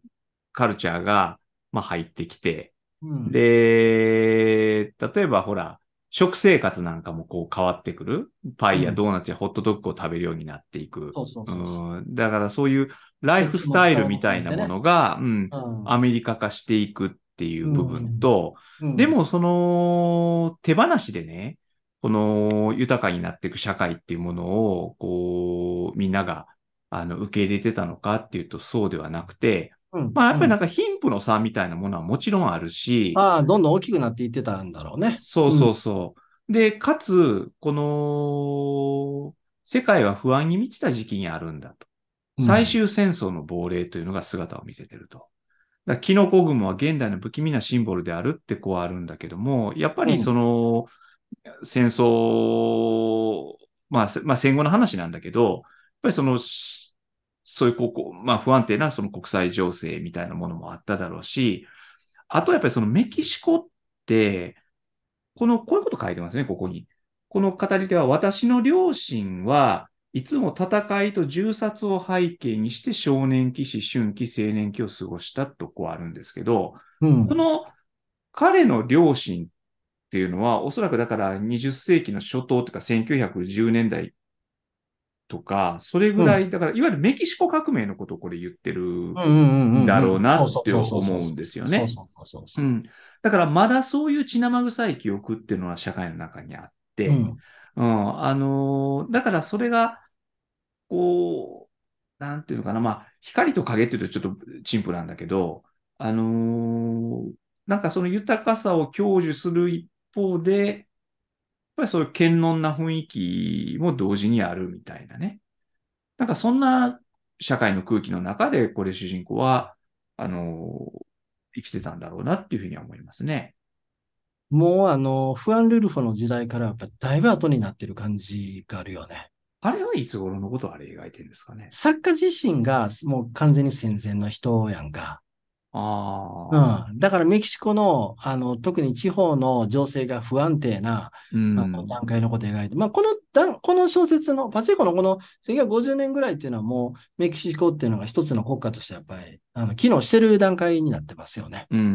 Speaker 1: カルチャーが、まあ、入ってきて、
Speaker 2: うん、
Speaker 1: で、例えばほら、食生活なんかもこう変わってくる。パイや
Speaker 2: うん
Speaker 1: ドーナツやホットドッグを食べるようになっていく。
Speaker 2: そうそうそうそう。
Speaker 1: うんだからそういうライフスタイルみたいなものが、うん、
Speaker 2: うん
Speaker 1: アメリカ化していくっていう部分と、
Speaker 2: うん
Speaker 1: でもその手放しでね、この豊かになっていく社会っていうものを、こう、みんながあの受け入れてたのかっていうとそうではなくて、
Speaker 2: うん
Speaker 1: まあやっぱりなん
Speaker 2: う
Speaker 1: か貧富の差みたいなものはもちろんあるし、
Speaker 2: んああ、どんどん大きくなっていってたんだろうね。
Speaker 1: そうそうそう。で、かつ、この、世界は不安に満ちた時期にあるんだと。
Speaker 2: うん
Speaker 1: 最終戦争の亡霊というのが姿を見せてると。だからキノコ雲は現代の不気味なシンボルであるってこうあるんだけども、やっぱりその、戦争、まあ、せまあ戦後の話なんだけど、やっぱりその、しそういうこうこう、まあ不安定なその国際情勢みたいなものもあっただろうし、あとはやっぱりそのメキシコって、この、こういうこと書いてますね、ここに。この語り手は、私の両親はいつも戦いと銃殺を背景にして少年期、思春期、青年期を過ごしたとこうあるんですけど、
Speaker 2: うん
Speaker 1: この彼の両親っていうのは、おそらくだから20世紀の初頭とか1910年代とか、それぐらい、だからいわゆるメキシコ革命のことをこれ言ってる。
Speaker 2: うんうんうんうん
Speaker 1: だろうな
Speaker 2: そ
Speaker 1: って
Speaker 2: そ
Speaker 1: 思
Speaker 2: そそう
Speaker 1: うんですよね
Speaker 2: そうそうそう
Speaker 1: う
Speaker 2: そう。
Speaker 1: ん。だからまだそういう血生臭い記憶っていうのは社会の中にあって、
Speaker 2: うん
Speaker 1: うん、あのーだからそれが、こう、なんていうのかな、まあ、光と影っていうとちょっと陳腐なんだけど、あのーなんかその豊かさを享受する一方で、やっぱりそういう健能な雰囲気も同時にあるみたいなね。なんかそんな社会の空気の中で、これ主人公は、あのー生きてたんだろうなっていうふうには思いますね。
Speaker 2: もうあの、フアン・ルルフォの時代からやっぱだいぶ後になってる感じがあるよね。
Speaker 1: あれはいつ頃のことをあれ描いてるんですかね。
Speaker 2: 作家自身がもう完全に戦前の人やんか。
Speaker 1: ああ。
Speaker 2: うん。だからメキシコの、あの、特に地方の情勢が不安定な、
Speaker 1: うん
Speaker 2: あの段階のことを描いて、まあ、この段、この小説の、パチェコのこの1950年ぐらいっていうのはもう、メキシコっていうのが一つの国家としてやっぱり、あの、機能してる段階になってますよね。
Speaker 1: うんう
Speaker 2: うん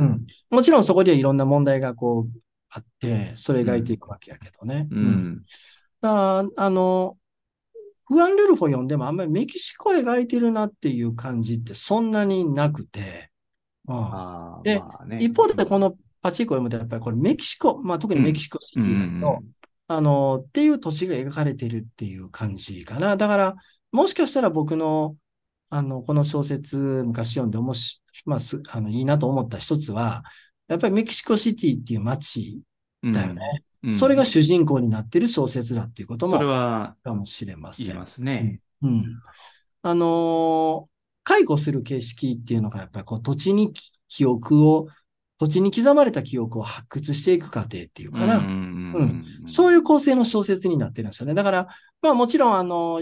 Speaker 2: ん。もちろんそこでいろんな問題がこう、あって、それ描いていくわけやけどね。
Speaker 1: うん。う。ん。
Speaker 2: だからあの、フアン・ルルフォ読んでもあんまりメキシコ描いてるなっていう感じってそんなになくて、うん、
Speaker 1: ああ、
Speaker 2: で
Speaker 1: まあね
Speaker 2: 一方でこのパチンコ読むとやっぱりこれメキシコ、まあ特にメキシコシティだけど、
Speaker 1: うんうんうん
Speaker 2: あの、っていう土地が描かれてるっていう感じかな。だから、もしかしたら僕の、あの、この小説、昔読んで、もし、まあ、す、あの、いいなと思った一つは、やっぱりメキシコシティっていう街
Speaker 1: うん
Speaker 2: だよね。
Speaker 1: うん
Speaker 2: それが主人公になってる小説だっていうこと
Speaker 1: それ
Speaker 2: も、
Speaker 1: は
Speaker 2: かもしれませ
Speaker 1: 言え
Speaker 2: ん。
Speaker 1: ますね。
Speaker 2: うん。あのー解雇する形式っていうのが、やっぱりこう、土地にき記憶を、土地に刻まれた記憶を発掘していく過程っていうかな。そう
Speaker 1: い
Speaker 2: いう構成の小説になってるんですよね。だから、まあもちろん、あの、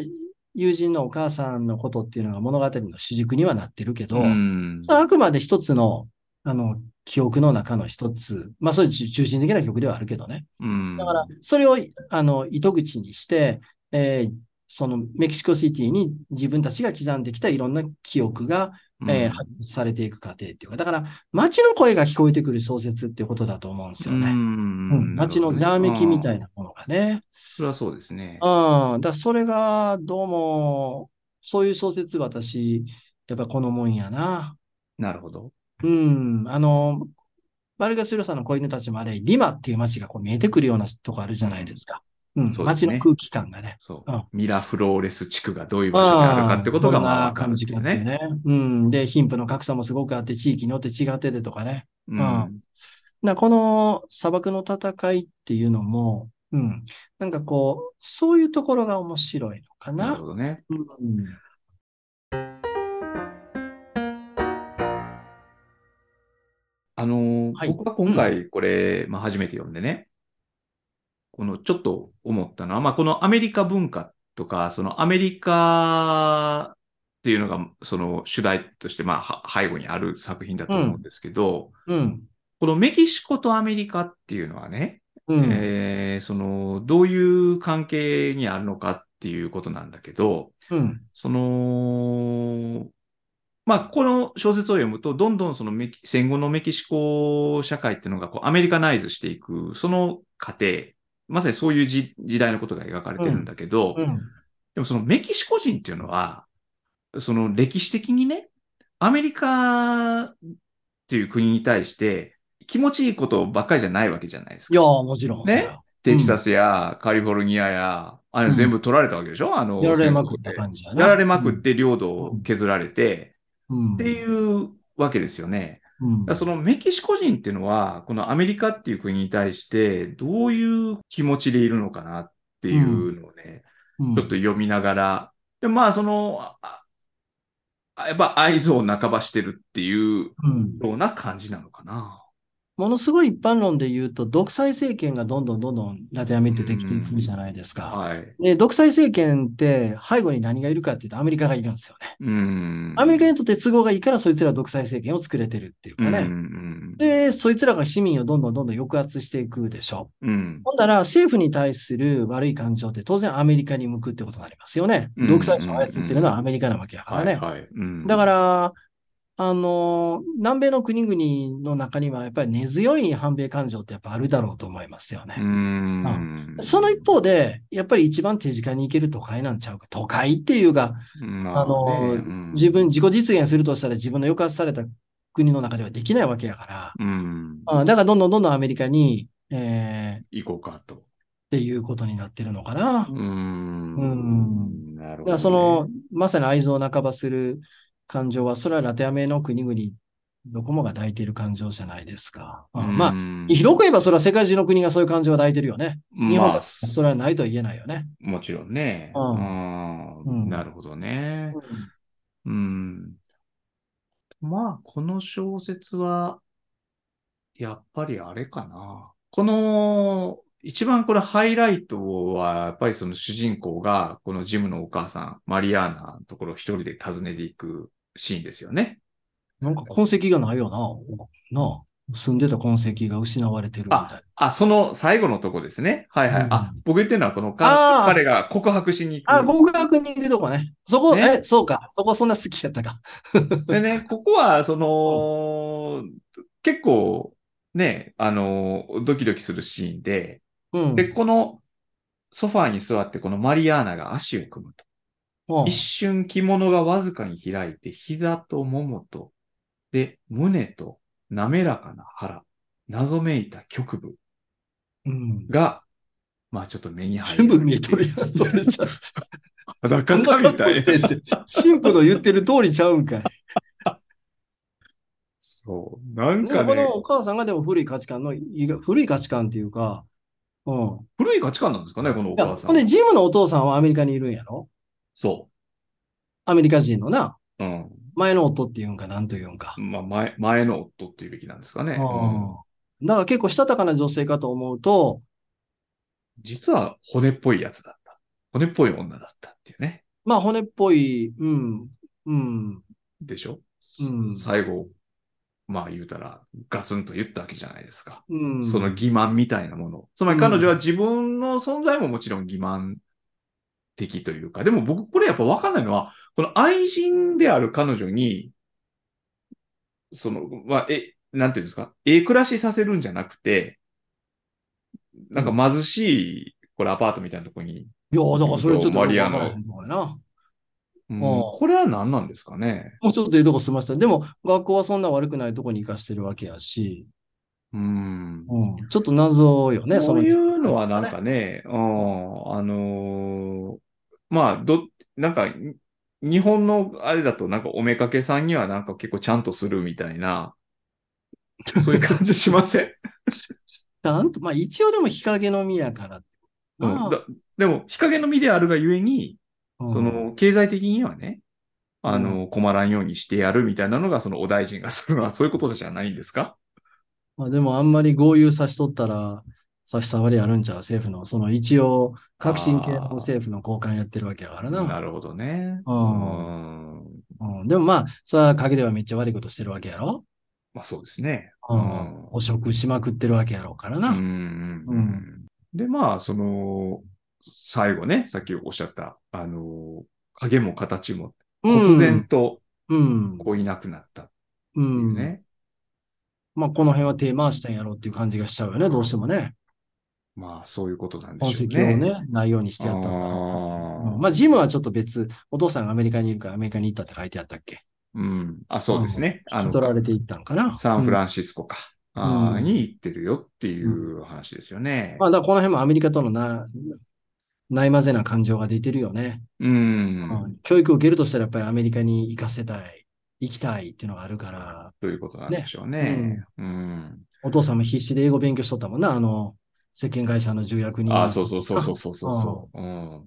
Speaker 2: 友人のお母さんのことっていうのが物語の主軸にはなってるけ
Speaker 1: う
Speaker 2: ど、
Speaker 1: ん
Speaker 2: あくまで一つの、あの、記憶の中の一つ、まあそういう中中心的な記憶ではあるけどね。
Speaker 1: うん
Speaker 2: だから、それを、あの、糸口にして、えーそのメキシコシティに自分たちが刻んできたいろんな記憶が、えー発掘されていく過程っていうか、だから街の声が聞こえてくる小説っていうことだと思うんですよね。うん、街のざわめきみた
Speaker 1: い。
Speaker 2: いなものがね。
Speaker 1: それはそうですね。
Speaker 2: うん。だからそれが、どうも、そういう小説私、やっぱこのもんやな。
Speaker 1: なるほど。
Speaker 2: うん。あの、マルガス・ルさんの子犬たちもあれ、リマっていう街がこう見えてくるようなとこあるじゃないですか。うん。
Speaker 1: そうです
Speaker 2: 街
Speaker 1: ね
Speaker 2: の空気感がね。
Speaker 1: そう
Speaker 2: あ
Speaker 1: ミラフローレス地区がどういう場所にあるかってことが
Speaker 2: うん
Speaker 1: まあ
Speaker 2: ど
Speaker 1: 分
Speaker 2: んな
Speaker 1: かる
Speaker 2: 感
Speaker 1: んで
Speaker 2: じ
Speaker 1: す
Speaker 2: か
Speaker 1: よ
Speaker 2: っていう
Speaker 1: ね。
Speaker 2: ね。うん。で、貧富の格差もすごくあって、地域によって違っててとかね。
Speaker 1: う
Speaker 2: まあ
Speaker 1: ん
Speaker 2: なこの砂漠の戦いっていうのも、うん、なんかこう、そういうところが面白いのか
Speaker 1: な
Speaker 2: な。
Speaker 1: るほどね。
Speaker 2: うん
Speaker 1: あのー
Speaker 2: はい
Speaker 1: 僕は今回これ、まあ、初めて読んでね、このちょっと思ったのは、まあ、このアメリカ文化とか、そのアメリカっていうのがその主題として、まあ、は背後にある作品だと思うんですけど、
Speaker 2: うん。
Speaker 1: このメキシコとアメリカっていうのはね、
Speaker 2: うん。
Speaker 1: えーそのどういう関係にあるのかっていうことなんだけど、
Speaker 2: うん。
Speaker 1: その、まあ、この小説を読むと、どんどんそのメキ戦後のメキシコ社会っていうのがこうアメリカナイズしていく、その過程、まさにそういうじ時代のことが描かれてるんだけど、
Speaker 2: うん。
Speaker 1: でもそのメキシコ人っていうのは、その歴史的にね、アメリカっていう国に対して気持ちいいことばっかりじゃないわけじゃないです
Speaker 2: い
Speaker 1: か
Speaker 2: や、。もちろん。
Speaker 1: ねテキサスやカリフォルニアや、あれ全部取られたわけでしょ、あの、
Speaker 2: やられま
Speaker 1: 戦
Speaker 2: く
Speaker 1: 争
Speaker 2: った
Speaker 1: で
Speaker 2: 感じやな。
Speaker 1: やられまくって領土を削られて、
Speaker 2: うん、っ
Speaker 1: って
Speaker 2: う
Speaker 1: いうわけですよね。だか
Speaker 2: ん。
Speaker 1: らそのメキシコ人っていうのは、このアメリカっていう国に対して、どういう気持ちでいるのかなっていうのをね、
Speaker 2: うん
Speaker 1: ちょっと読みながら、でまあその、ああやっぱ合図を半ばしてるっていう
Speaker 2: うん
Speaker 1: ような感じなのかな。
Speaker 2: ものすごい一般論で言うと、独裁政権がどんどんどんどんラテンアメリカでできていくじゃないですか。
Speaker 1: はい。
Speaker 2: で独裁政権って背後に何がいるかっていうと、アメリカがいるんですよね。
Speaker 1: うん。
Speaker 2: アメリカ
Speaker 1: ね。
Speaker 2: にとって都合がいいから、そいつら独裁政権を作れてるっていう
Speaker 1: う
Speaker 2: か
Speaker 1: ん
Speaker 2: ね。
Speaker 1: うん
Speaker 2: で、そいつらが市民をどんどんどんどん抑圧していくでしょ。
Speaker 1: うん。
Speaker 2: ほんだら、政府に対する悪い感情って当然アメリカに向くってことになりますよね。
Speaker 1: うん
Speaker 2: 独裁者を操ってるのはアメリカなわけやからね。
Speaker 1: はい。うん
Speaker 2: だか、ら、あの、南米の国々の中にはやっぱり根強い反米感情ってやっぱあるだろうと思いますよ
Speaker 1: う
Speaker 2: ね。
Speaker 1: ん。
Speaker 2: その一方で、やっぱり一番手近に行ける都会なんちゃうか。都会っていうか、
Speaker 1: うん、
Speaker 2: あの
Speaker 1: うん
Speaker 2: 自分、自己実現するとしたら自分の抑圧された国の中ではできないわけやから。
Speaker 1: うん、
Speaker 2: あだからどんどんどんどんアメリカに、えー
Speaker 1: 行
Speaker 2: っ
Speaker 1: こうかと。
Speaker 2: ていうことになってるのかな。だか
Speaker 1: ん
Speaker 2: うん
Speaker 1: なるほど、ね。
Speaker 2: らその、まさに愛憎半ばする感情は、それはラテンアメの国々、どこもが抱いている感情じゃないですか。あ
Speaker 1: うん、
Speaker 2: まあ、広く言えばそれは世界中の国がそういう感情を抱いてるよね。日本
Speaker 1: ま
Speaker 2: が
Speaker 1: あ、
Speaker 2: それはないとは言えないよね。
Speaker 1: もちろんね。
Speaker 2: うん
Speaker 1: ん
Speaker 2: うん
Speaker 1: なるほどね。うん。まあ、この小説は、やっぱりあれかな。この、一番これハイライトは、やっぱりその主人公が、このジムのお母さん、マリアーナのところを一人で訪ねていくシーンですよね。
Speaker 2: なんか痕跡がないよな。なあ住んでた痕跡が失われてるみたい。
Speaker 1: あ、その最後のとこですね。はいはい。
Speaker 2: うん
Speaker 1: あ、僕言ってるのはこの
Speaker 2: あ
Speaker 1: か
Speaker 2: ー
Speaker 1: 彼が告白しに行く。
Speaker 2: あ、極悪に行くとこね。そこ、
Speaker 1: ね
Speaker 2: え、そうか。そこそんな好きやったか。
Speaker 1: でね、ここは、その、結構、ね、あの、ドキドキするシーンで、
Speaker 2: うん。
Speaker 1: で、このソファーに座って、このマリアーナが足を組むと。
Speaker 2: うん
Speaker 1: 一瞬着物がわずかに開いて、膝とももと、で、胸と滑らかな腹、謎めいた局部
Speaker 2: うん
Speaker 1: がまあちょっと目に入
Speaker 2: 全部に取り出されちゃう。
Speaker 1: 裸かみたい。
Speaker 2: な。神父の言ってる通りちゃうんかい。
Speaker 1: そう。なん
Speaker 2: で
Speaker 1: か
Speaker 2: もこ
Speaker 1: ね
Speaker 2: の、お母さんがでも古い価値観の、いが古い価値観っていうか、うん。
Speaker 1: 古い価値観なんですかね、このお
Speaker 2: いや
Speaker 1: 母さ
Speaker 2: ほんで、
Speaker 1: ん。
Speaker 2: ジムのお父さんはアメリカにいるんやろ
Speaker 1: そ
Speaker 2: アメリカ人のな、
Speaker 1: う。うん。
Speaker 2: 前の夫っていうんか、なんというんか。
Speaker 1: まあ前、前の夫っていうべきなんですかね。うん
Speaker 2: うんだから結構したたかな女性かと思うと、
Speaker 1: 実は骨っぽいやつだった。骨っぽい女だったっていうね。
Speaker 2: まあ骨っぽい、うん、うん、
Speaker 1: でしょ、
Speaker 2: うん
Speaker 1: 最後、まあ言うたら、ガツンと言ったわけじゃないですか。
Speaker 2: うん。
Speaker 1: その欺瞞みたいなもの。つまり彼女は自分の存在ももちろん欺瞞的というか、でも僕これやっぱ分かんないのは、この愛人である彼女に、その、まあ、え、なんていうんですか、ええ暮らしさせるんじゃなくて、なんか貧しい、これアパートみたいなとこに、
Speaker 2: いや、だからそれちょっと
Speaker 1: マリア
Speaker 2: よく
Speaker 1: の
Speaker 2: わからへんとこやな。
Speaker 1: うん
Speaker 2: ん
Speaker 1: これは何なんですかね。
Speaker 2: もうちょっとええとこ住ました。でも、学校はそんな悪くないとこに行かしてるわけやし、
Speaker 1: うん。
Speaker 2: うん、ちょっと謎よね、そ
Speaker 1: そ
Speaker 2: の。
Speaker 1: ういうのはなんかね、うん、あのーまあ、ど、なんか、に日本のあれだとなんかおめかけさんにはなんか結構ちゃんとするみたいな、そういう感じしま せん、
Speaker 2: なんと、まあ一応でも日陰のみやから。
Speaker 1: うん
Speaker 2: まあ
Speaker 1: だでも、日陰の身であるがゆえに、
Speaker 2: うん
Speaker 1: その、経済的にはね、あの、困らんようにしてやるみたいなのが、そのお大臣がするのは、そういうことじゃないんですか
Speaker 2: まあでもあんまり豪遊さしとったら、差し障りあるんちゃう政府の、その一応、革新系の政府の高官やってるわけやから
Speaker 1: な
Speaker 2: な。
Speaker 1: るほどね。
Speaker 2: うん
Speaker 1: うん
Speaker 2: うん、でもまあ、それは陰ではめっちゃ悪いことしてるわけやろ。
Speaker 1: まあ、そうですね。
Speaker 2: う
Speaker 1: うん
Speaker 2: ん、汚職しまくってるわけやろうから
Speaker 1: う
Speaker 2: な。
Speaker 1: んうんう
Speaker 2: うん
Speaker 1: で、まあ、その、最後ね、さっきおっしゃった、あの、影も形も、
Speaker 2: うん
Speaker 1: 突然。と、
Speaker 2: うん。
Speaker 1: こういなくなったって
Speaker 2: う。
Speaker 1: いうんね。
Speaker 2: まあ、この辺は手回したんやろうっていう感じがしちゃうよね、どうしてもね。
Speaker 1: まあ、そういうことなんで
Speaker 2: 痕
Speaker 1: しょう
Speaker 2: 跡
Speaker 1: ね。
Speaker 2: をね、ないようにしてやったんだろう
Speaker 1: あ
Speaker 2: う
Speaker 1: ー
Speaker 2: んまあ、ジムはちょっと別、お父さんがアメリカにいるからアメリカに行ったって書いてあったっけ
Speaker 1: うん。あ、そうですね。あ
Speaker 2: 引き取ら
Speaker 1: の、
Speaker 2: れていったんかな。
Speaker 1: サンフ
Speaker 2: ン、
Speaker 1: ランシスコか。あー
Speaker 2: うん
Speaker 1: に行ってるよっていう話ですよね。
Speaker 2: まあ、だからこの辺もアメリカとのな、ないまぜな感情が出てるよね、
Speaker 1: うん。
Speaker 2: うん教育を受けるとしたらやっぱりアメリカに行かせたい、行きたいっていうのがあるから、
Speaker 1: ということなんでしょうね。うん。
Speaker 2: お父さんも必死で英語勉強しとったもんな、あの、石鹸会社の重役に。
Speaker 1: あーそうそうそうそうそうそう。うん。
Speaker 2: うん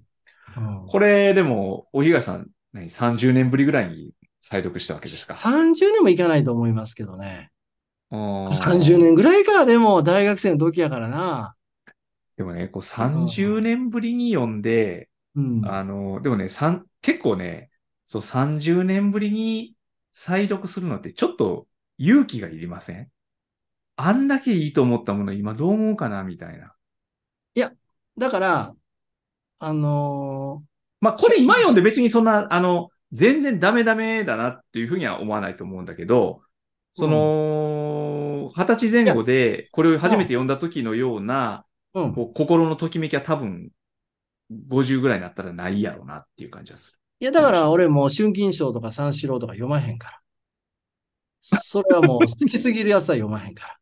Speaker 1: これ、でも、お東さん、何、30年ぶりぐらいに再読したわけですか
Speaker 2: 30年も行かないと思いますけどね。
Speaker 1: 30
Speaker 2: 30年ぐらいか、でも大学生の時やからな。
Speaker 1: でもね、こう30年ぶりに読んで、
Speaker 2: うん。
Speaker 1: あの、でもね、さん結構ね、そう30年ぶりに再読するのってちょっと勇気がいりませんあんだけいいと思ったもの今どう思うかなみたいな。
Speaker 2: だから、あの
Speaker 1: まあこれ今読んで別にそんな、あの、全然ダメダメだなっていうふうには思わないと思うんだけど、その、二十歳前後でこれを初めて読んだ時のような、
Speaker 2: ーうん。
Speaker 1: こう心のときめきは多分、50ぐらいになったらないやろうなっていう感じがする。
Speaker 2: いや、だから俺もう春金賞とか三四郎とか読まへんから。それ はもう好きすぎるやつは読まへんか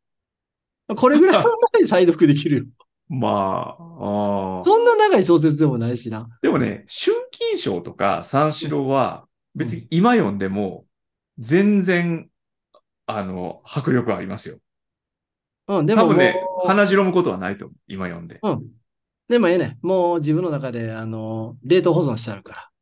Speaker 2: ら。これぐらい は前に再読できるよ。
Speaker 1: まあ、ああ
Speaker 2: そんな長い小説でもないしな。
Speaker 1: でもね、春金賞とか三四郎は、別に今読んでも、全然、あの、迫力ありますよ。
Speaker 2: うん、で
Speaker 1: 多
Speaker 2: ももう
Speaker 1: 分ね、鼻白むことはないと思う。今読んで。
Speaker 2: うん。でもええね。もう自分の中で、あの冷凍保存してあるか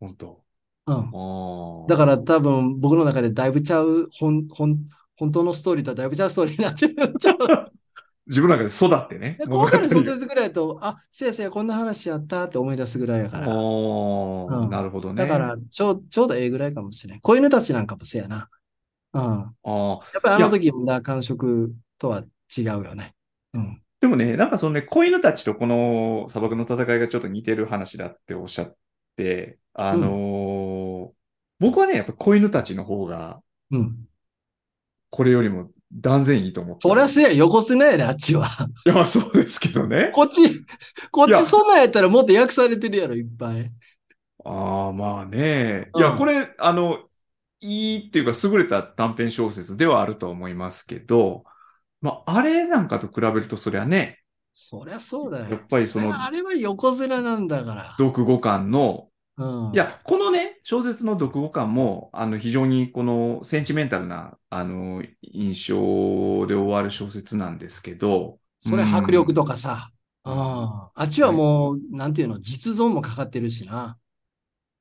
Speaker 1: 本当。
Speaker 2: ら。うん。
Speaker 1: あ
Speaker 2: だ
Speaker 1: あ。
Speaker 2: から多分僕の中でだいぶちゃう、本、本、本当のストーリーとはだいぶちゃうストーリーになってる。ちゃう
Speaker 1: 自分の中で育ってね。
Speaker 2: で、
Speaker 1: 物語
Speaker 2: 今回の小
Speaker 1: を。
Speaker 2: 説ぐらいやと、あ、せやせや、こんな話やったって思い出すぐらいやか
Speaker 1: あ
Speaker 2: ら。
Speaker 1: あ、
Speaker 2: うん
Speaker 1: なるほどね。
Speaker 2: だから、ちょう、ちょうどええぐらいかもしれない。子犬たちなんかもせやな。うん。や
Speaker 1: ああ、
Speaker 2: っぱりあの時読んだ感触とは違うよね。うん。
Speaker 1: でもね、なんかそのね、子犬たちとこの砂漠の戦いがちょっと似てる話だっておっしゃって、あのー僕はね、やっぱ子犬たちの方が、
Speaker 2: うん。
Speaker 1: これよりも断然いいと思ってた。
Speaker 2: そりゃせや、横綱やで、あっちは。
Speaker 1: いや、まあそうですけどね。
Speaker 2: こっち、こっ
Speaker 1: いや
Speaker 2: ちそんなんやったらもっと訳されてるやろ、いっぱい。
Speaker 1: ああ、まあね。
Speaker 2: う
Speaker 1: い
Speaker 2: ん
Speaker 1: や、これ、あの、いいっていうか、優れた短編小説ではあると思いますけど、まあ、あれなんかと比べると、そりゃね、
Speaker 2: そりゃそうだよ。
Speaker 1: やっぱりその
Speaker 2: あれは横綱なんだから。
Speaker 1: 読語感の、
Speaker 2: うん、
Speaker 1: い、や、このね、小説の読語感も、あの、非常にこのセンチメンタルな、あの、印象で終わる小説なんですけど、
Speaker 2: それ
Speaker 1: うん
Speaker 2: 迫力とかさ。うん、あっちはもう、なんていうの、実存もかかってるしな。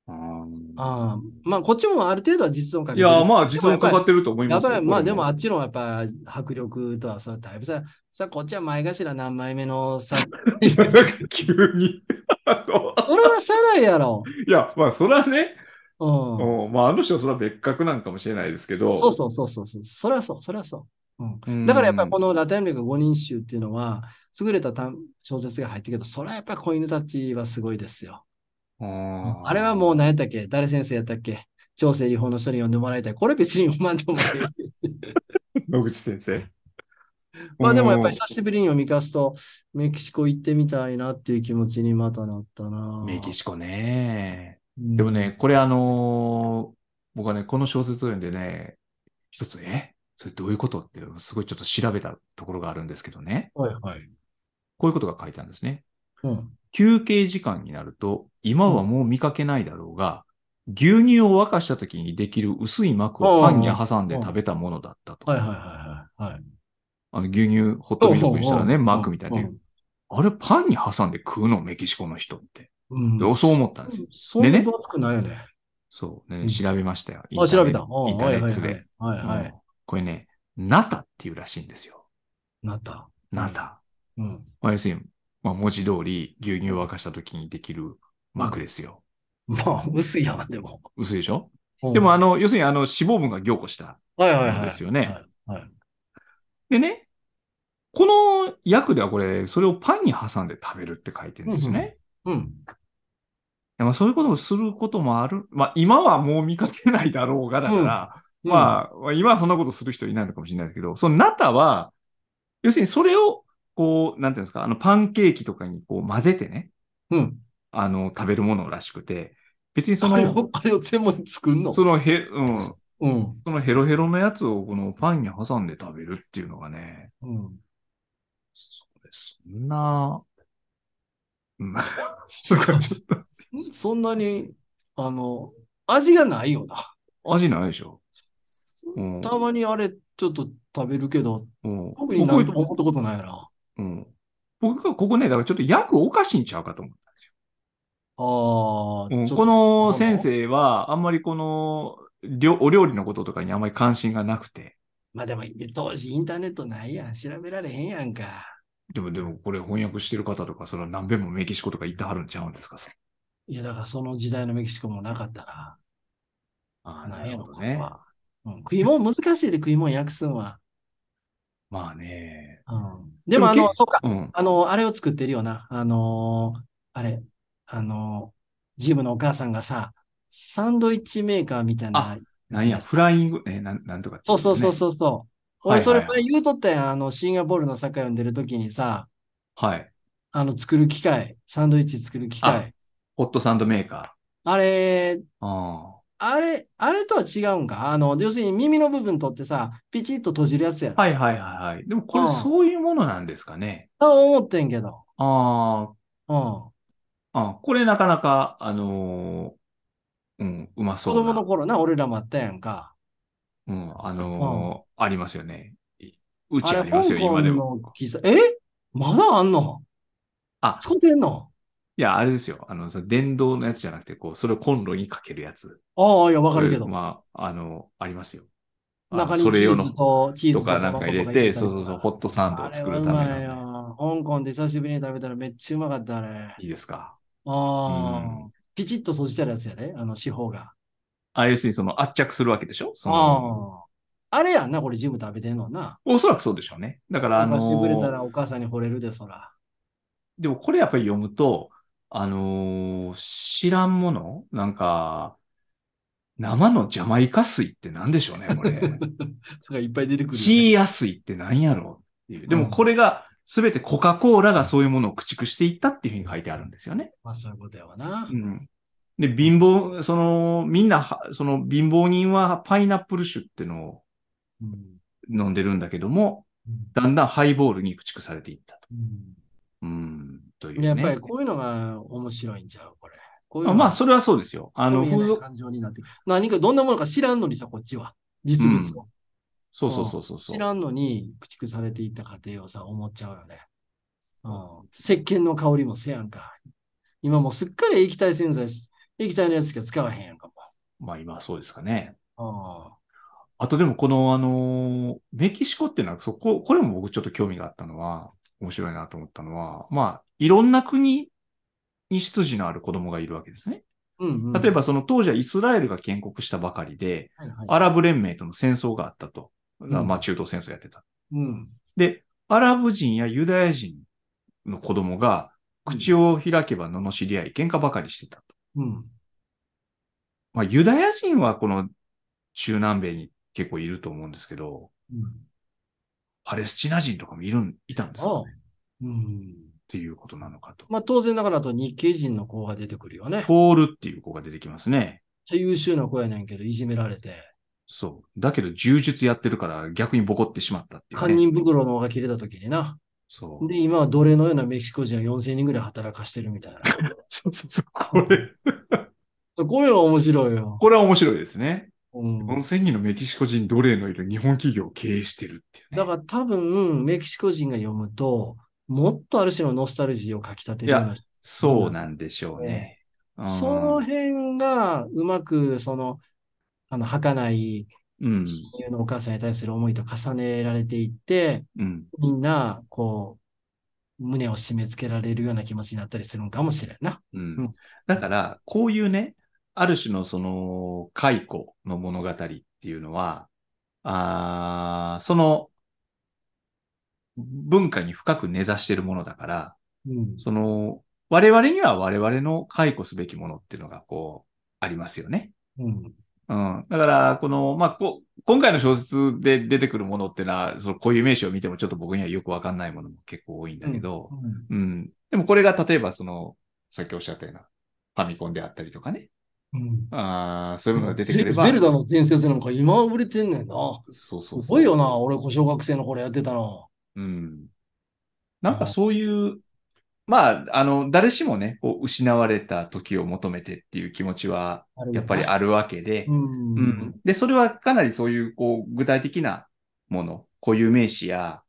Speaker 1: あー
Speaker 2: あまあ、こっちもある程度は実存かかっ
Speaker 1: い
Speaker 2: てる。
Speaker 1: や、まあ、実存かかってると思い
Speaker 2: や
Speaker 1: ますよ
Speaker 2: ばい、まあでもあ
Speaker 1: こ
Speaker 2: っちのやっぱ迫力とはそれだいぶさ、さこっちは前頭何枚目の さ、
Speaker 1: れもなんか 急に、あの、
Speaker 2: それはさらいやろ。
Speaker 1: いや、まあ、それはね、
Speaker 2: うん。
Speaker 1: うんまあ、あの人はそれは別格なんかもしれないですけど、
Speaker 2: そうそうそうそうそう。それはそう、それはそう。うん。
Speaker 1: うん
Speaker 2: だからやっぱりこのラテン力5人集っていうのは、優れた短小説が入ってるけど、それはやっぱり子犬たちはすごいですよ。
Speaker 1: あー
Speaker 2: あれはもう何やったっけ誰先生やったっけ調整理法の人に読んでもらいたい。これ別に読まんでもないし。
Speaker 1: 野口先生。
Speaker 2: まあでもやっぱ
Speaker 1: う
Speaker 2: り
Speaker 1: ん
Speaker 2: 久しぶりに読み返すと、メキシコ行ってみたいなっていう気持ちにまたなったな。
Speaker 1: メキシコね。
Speaker 2: うん
Speaker 1: でもね、これあのー僕はね、この小説を読んでね、一つ、えそれどういうことって、すごいちょっと調べたところがあるんですけどね。
Speaker 2: はいはい。
Speaker 1: こういうことが書いてあるんですね。
Speaker 2: うん。
Speaker 1: 休憩時間になると、今はもう見かけないだろうが、牛乳を沸かした時にできる薄い膜をパンに挟んで食べたものだったと。
Speaker 2: はいはいはいはい。はい。
Speaker 1: あの牛乳ホットミルクにしたらね、
Speaker 2: うんうんうん
Speaker 1: マークみたいで。あれパンに挟んで食うのメキシコの人って。
Speaker 2: うん。
Speaker 1: でそう思ったんですよ
Speaker 2: そんな分厚くないよね。
Speaker 1: そう
Speaker 2: う
Speaker 1: ね、
Speaker 2: ん
Speaker 1: 調べましたよ。
Speaker 2: あ、調べた。
Speaker 1: インターネインターネットで。
Speaker 2: うんはいはいはい。は
Speaker 1: う
Speaker 2: いは
Speaker 1: ん
Speaker 2: い。
Speaker 1: これね、ナタっていうらしいんですよ。
Speaker 2: なった。
Speaker 1: ナタ。
Speaker 2: うん。
Speaker 1: まあ、要するに、まあ、文字通り牛乳を沸かした時にできる膜ですよ。
Speaker 2: まあ、薄いやん、でも。
Speaker 1: 薄いでしょ、
Speaker 2: うん
Speaker 1: でも、あの、要するに、あの、脂肪分が凝固した。
Speaker 2: はいはいはい。
Speaker 1: ですよね
Speaker 2: はい。はい
Speaker 1: でね、この訳ではこれ、それをパンに挟んで食べるって書いてるんですよね。
Speaker 2: うんうんうん。
Speaker 1: いやまあ、そういうことをすることもある。まあ、今はもう見かけないだろうが、だから、まあ、今はそんなことする人いないのかもしれないですけど、そのナタは、要するにそれを、こう、なんていうんですか、あの、パンケーキとかにこう混ぜてね、
Speaker 2: うん、うん。
Speaker 1: あの、食べるものらしくて、別にそ
Speaker 2: あれ
Speaker 1: の、
Speaker 2: を、あれを全部作んの
Speaker 1: そのヘ、うん、そ
Speaker 2: うん。
Speaker 1: のヘロヘロのやつをこのパンに挟んで食べるっていうのがね、
Speaker 2: うん。
Speaker 1: それそんな、うん、すごい、ちょっ
Speaker 2: そんなに、あの、味がないよな。
Speaker 1: と、味ないでしょ。うん。
Speaker 2: たまにあれ、ちょっと食べるけど、
Speaker 1: うん
Speaker 2: 特になんとも思ったことないな。
Speaker 1: うん、僕がここね、だからちょっと役おかしいんちゃうかと思ったんですよ。
Speaker 2: ああ、
Speaker 1: うん
Speaker 2: ちょっと
Speaker 1: この先生は、あんまりこの料、お料理のこととかにあんまり関心がなくて。
Speaker 2: まあでも、当時インターネットないやん。調べられへんやんか。
Speaker 1: でも、でも、これ翻訳してる方とか、それは何べんもメキシコとか行ってはるんちゃうんですか、それ
Speaker 2: いや、だからその時代のメキシコもなかったな。
Speaker 1: ああ
Speaker 2: なんやろ、これ
Speaker 1: ね。
Speaker 2: は。うん、食い物難しいで、食い物訳すんは。
Speaker 1: まあね。
Speaker 2: うん、でも、あの、
Speaker 1: け
Speaker 2: そうか。
Speaker 1: うん。
Speaker 2: あの、あれを作ってるよな。あのーあれ、あのージムのお母さんがさ、サンドイッチメーカーみたいな
Speaker 1: あ。なんや、フライング、え、なんなんとかってい
Speaker 2: そう
Speaker 1: ね、
Speaker 2: そうそうそう
Speaker 1: は
Speaker 2: そう。
Speaker 1: い
Speaker 2: 俺、それ
Speaker 1: はいは
Speaker 2: 前言うとったやん。あの、シンガポールの酒をんでる時にさ、
Speaker 1: はい。
Speaker 2: あの、作る機械、サンドイッチ作る機械。
Speaker 1: ホットサンドメーカ
Speaker 2: あれ、
Speaker 1: ー。あ
Speaker 2: あれ、あれとは違うんかあの、要するに耳の部分取ってさ、ピチッと閉じるやつや
Speaker 1: あ。
Speaker 2: ろ。
Speaker 1: はいはいはいはい。でも、これ
Speaker 2: うん
Speaker 1: そういうものなんですかね。
Speaker 2: と思ってんけど。
Speaker 1: あ
Speaker 2: うん。
Speaker 1: あ、あこれなかなか、あのーうん、うまそ
Speaker 2: 子
Speaker 1: うな。
Speaker 2: 供の頃な、俺らもあったやんか。
Speaker 1: うん、あのーありますよね。いう
Speaker 2: あ
Speaker 1: ち
Speaker 2: れ、
Speaker 1: ありますよ、
Speaker 2: 香港
Speaker 1: 今で
Speaker 2: の
Speaker 1: も。
Speaker 2: 喫茶えまだあんの
Speaker 1: あ、
Speaker 2: 使ってんの
Speaker 1: いや、あれですよ。あの、その電動のやつじゃなくて、こう、それをコンロにかけるやつ。
Speaker 2: ああ、いや、わかるけ
Speaker 1: こ
Speaker 2: ど
Speaker 1: れ。まあ、あの、ありますよ。あの
Speaker 2: 中に
Speaker 1: それ
Speaker 2: チ
Speaker 1: 用
Speaker 2: ー
Speaker 1: の
Speaker 2: ズとチーズ
Speaker 1: とかなんか入れて、そうそうそう、ホットサンドを作るため
Speaker 2: あれはうまい
Speaker 1: の。
Speaker 2: よ。香港で久しぶりに食べたらめっちゃうまかった、あれ。あ
Speaker 1: いいですか。
Speaker 2: あー、
Speaker 1: う
Speaker 2: ピチッと閉じてるやつやで、あの、四方が。
Speaker 1: あ、要するにその圧着するわけでしょその、
Speaker 2: ああ。あれやんな、これジム食べてんのな。
Speaker 1: おそらくそうでしょうね。だから、あの
Speaker 2: 昔ぶれた
Speaker 1: ー
Speaker 2: らお母さんに惚れるで、そら。
Speaker 1: でもこれやっぱり読むと、あのー知らんものなんか、生のジャマイカ水って何でしょうね、これ。
Speaker 2: それがいっぱい出てくるよね、
Speaker 1: シーアスイって何やろうっていう。でもこれが、すべてコカ・コーラがそういうものを駆逐していったっていうふうに書いてあるんですよね。
Speaker 2: まあ、そういうことやわな。
Speaker 1: うん。で、貧乏、その、みんなは、その貧乏人はパイナップル酒ってのを
Speaker 2: うん。
Speaker 1: 飲んでるんだけども、
Speaker 2: うん
Speaker 1: だんだんハイボールに駆逐されていったと。
Speaker 2: うん
Speaker 1: うん、というね。
Speaker 2: やっぱりこういうのが面白いんちゃうこれ。こういう
Speaker 1: あ
Speaker 2: のが
Speaker 1: まあ、それはそうですよ。あ
Speaker 2: あ
Speaker 1: の、
Speaker 2: の、見え
Speaker 1: 風
Speaker 2: ない
Speaker 1: 俗、
Speaker 2: 感情になってくる何かどんなものか知らんのにさ、こっちは。実物を。
Speaker 1: そうそうそうそうそう。
Speaker 2: 知らんのに、駆逐されていった過程をさ、思っちゃうよね。うん。石鹸の香りもせやんか。今もうすっかり液体洗剤し、液体のやつしか使わへんやんか
Speaker 1: まあ、今はそうですかね。
Speaker 2: も
Speaker 1: あとでも、この、あのーメキシコっていうのは、そこ、これも僕ちょっと興味があったのは、面白いなと思ったのは、まあ、いろんな国に出自のある子供がいるわけですね。
Speaker 2: う。うん。うんうん、
Speaker 1: 例えば、その当時はイスラエルが建国したばかりで、
Speaker 2: はいはい、
Speaker 1: アラブ連盟との戦争があったと。
Speaker 2: ん
Speaker 1: まあ、中東戦争やってた。
Speaker 2: うん。
Speaker 1: で、アラブ人やユダヤ人の子供が、口を開けば罵り合い、喧嘩ばかりしてたと。
Speaker 2: うん。
Speaker 1: まあ、ユダヤ人はこの中南米に結構いると思うんですけど、
Speaker 2: うん。
Speaker 1: パレスチナ人とかもいるん、いたんですかね
Speaker 2: ああうん。
Speaker 1: っていうことなのかと。
Speaker 2: まあ当然ながらあと日系人の子が出てくるよね。めっ
Speaker 1: トールっていう子が出てきますね。
Speaker 2: ちゃ優秀な子やねんけど、いじめられて。
Speaker 1: そう。だけど、柔術やってるから逆にボコってしまったっていう、
Speaker 2: 堪
Speaker 1: ね。
Speaker 2: 忍袋の尾が切れた時にな。
Speaker 1: そう。
Speaker 2: で、今は奴隷のようなメキシコ人を4000人ぐらい働かしてるみたいな。
Speaker 1: そうそうそう。これ、
Speaker 2: こういうのが面白いよ。
Speaker 1: これは面白いですね。
Speaker 2: うん、
Speaker 1: 4000人のメキシコ人奴隷のいる日本企業を経営してるっていう、ね。
Speaker 2: だから多分、メキシコ人が読むと、もっとある種のノスタルジーをかきたてるような。
Speaker 1: そうなんでしょうね。うん
Speaker 2: その辺がうまく、その、あの、儚い
Speaker 1: うん。
Speaker 2: 親友のお母さんに対する思いと重ねられていって、
Speaker 1: うん。
Speaker 2: みんな、こう、胸を締め付けられるような気持ちになったりするのかもしれんな。
Speaker 1: うん
Speaker 2: ん
Speaker 1: だから、こういうね、ある種のその、解雇の物語っていうのは、あーその、文化に深く根ざしているものだから、
Speaker 2: うん。
Speaker 1: その、我々には我々の解雇すべきものっていうのが、こう、ありますよね。
Speaker 2: うん。
Speaker 1: うん。だから、この、まあ、こ、今回の小説で出てくるものってのは、その固有名詞を見てもちょっと僕にはよくわかんないものも結構多いんだけど、
Speaker 2: うん
Speaker 1: うん。でもこれが例えばその、さっきおっしゃったような、ファミコンであったりとかね。
Speaker 2: うん
Speaker 1: ああ、そういうものが出てくれば。
Speaker 2: ゼゼルダの伝説なんか今売れてんねんな。
Speaker 1: そうそうそう。
Speaker 2: すごいよな、俺、小学生の頃やってたの。
Speaker 1: うん。なんかそういう、まあ、あの、誰しもね、こう失われた時を求めてっていう気持ちは、
Speaker 2: あるよな
Speaker 1: やっぱりあるわけで、
Speaker 2: うん。
Speaker 1: うんで、それはかなりそういう、こう、具体的なもの、固有名詞や、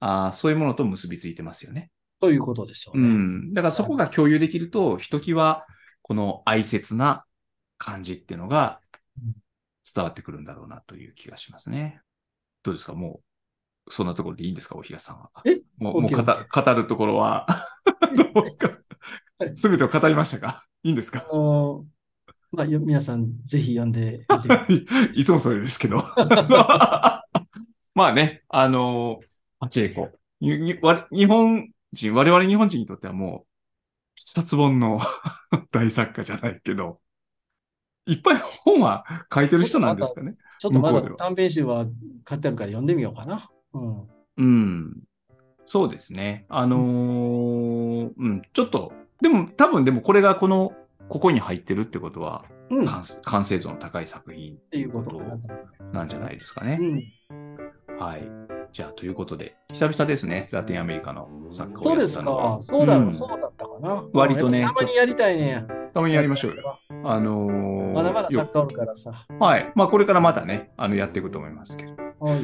Speaker 1: あーそういうものと結びついてますよね。
Speaker 2: ということでしょう
Speaker 1: う
Speaker 2: ね。
Speaker 1: ん。だからそこが共有できると、ひときわ、この哀切な感じっていうのが
Speaker 2: うん
Speaker 1: 伝わってくるんだろうなという気がしますね。どうですかもう、そんなところでいいんですかお東さんは。
Speaker 2: え
Speaker 1: もう、もう
Speaker 2: OK
Speaker 1: 語語るところは、 どうかすべてを語りましたかいいんですか
Speaker 2: あのまあ、よ皆さん、ぜひ読ん で、
Speaker 1: いつもそれですけど。まあね、あの、パチェイコ。ににわ日本人、我々日本人にとってはもう、一冊本の 大作家じゃないけど、いっぱい本は書いてる人なんですかね。
Speaker 2: ちょっとまだ
Speaker 1: 向こうでは
Speaker 2: 短編集は買ってあるから読んでみようかな。うん。
Speaker 1: うん。そうですね。あのーうん、ちょっと、でも多分でもこれがこの、ここに入ってるってことは、
Speaker 2: うん。っ
Speaker 1: 完完成度の高い作品ってて
Speaker 2: い
Speaker 1: いうう
Speaker 2: こ
Speaker 1: ことと
Speaker 2: かなと思います。
Speaker 1: なんじゃないですかね。
Speaker 2: うん。
Speaker 1: はい。じゃあ、ということで、久々ですね、ラテンアメリカの作家を
Speaker 2: そう
Speaker 1: や
Speaker 2: で
Speaker 1: っ
Speaker 2: す
Speaker 1: たのは
Speaker 2: か。そうだろう、
Speaker 1: ん
Speaker 2: そうだったかな。
Speaker 1: 割とね
Speaker 2: やっぱたまにやりたいね。
Speaker 1: たまにやりましょうよ。。あのー
Speaker 2: まだまだ
Speaker 1: よ
Speaker 2: 作家おるからさ。
Speaker 1: はい。まあ、これからまたね、あの、やっていくと思いますけど。
Speaker 2: はい。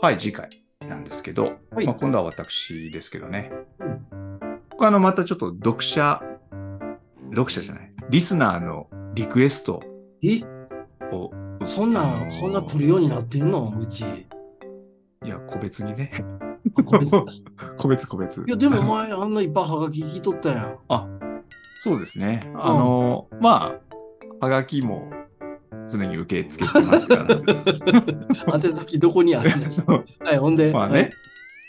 Speaker 1: はい、次回なんですけど、
Speaker 2: はい
Speaker 1: まあ、今度は私ですけどね。
Speaker 2: うん
Speaker 1: 僕あの、またちょっと読者、読者じゃない、リスナーのリクエスト
Speaker 2: え、
Speaker 1: を、
Speaker 2: そん
Speaker 1: あ
Speaker 2: な
Speaker 1: のー
Speaker 2: ん、そんな来るようになってんのうち。
Speaker 1: いや、個別にね。
Speaker 2: あこれ
Speaker 1: 個別個別
Speaker 2: い。や、でもお前、あんないっぱいハガキ聞き取ったやん。
Speaker 1: そうですね。あのーまあ、はがきも常に受け付けてます から。
Speaker 2: 宛先どこ にあるんですはい、ほんで。
Speaker 1: まあね、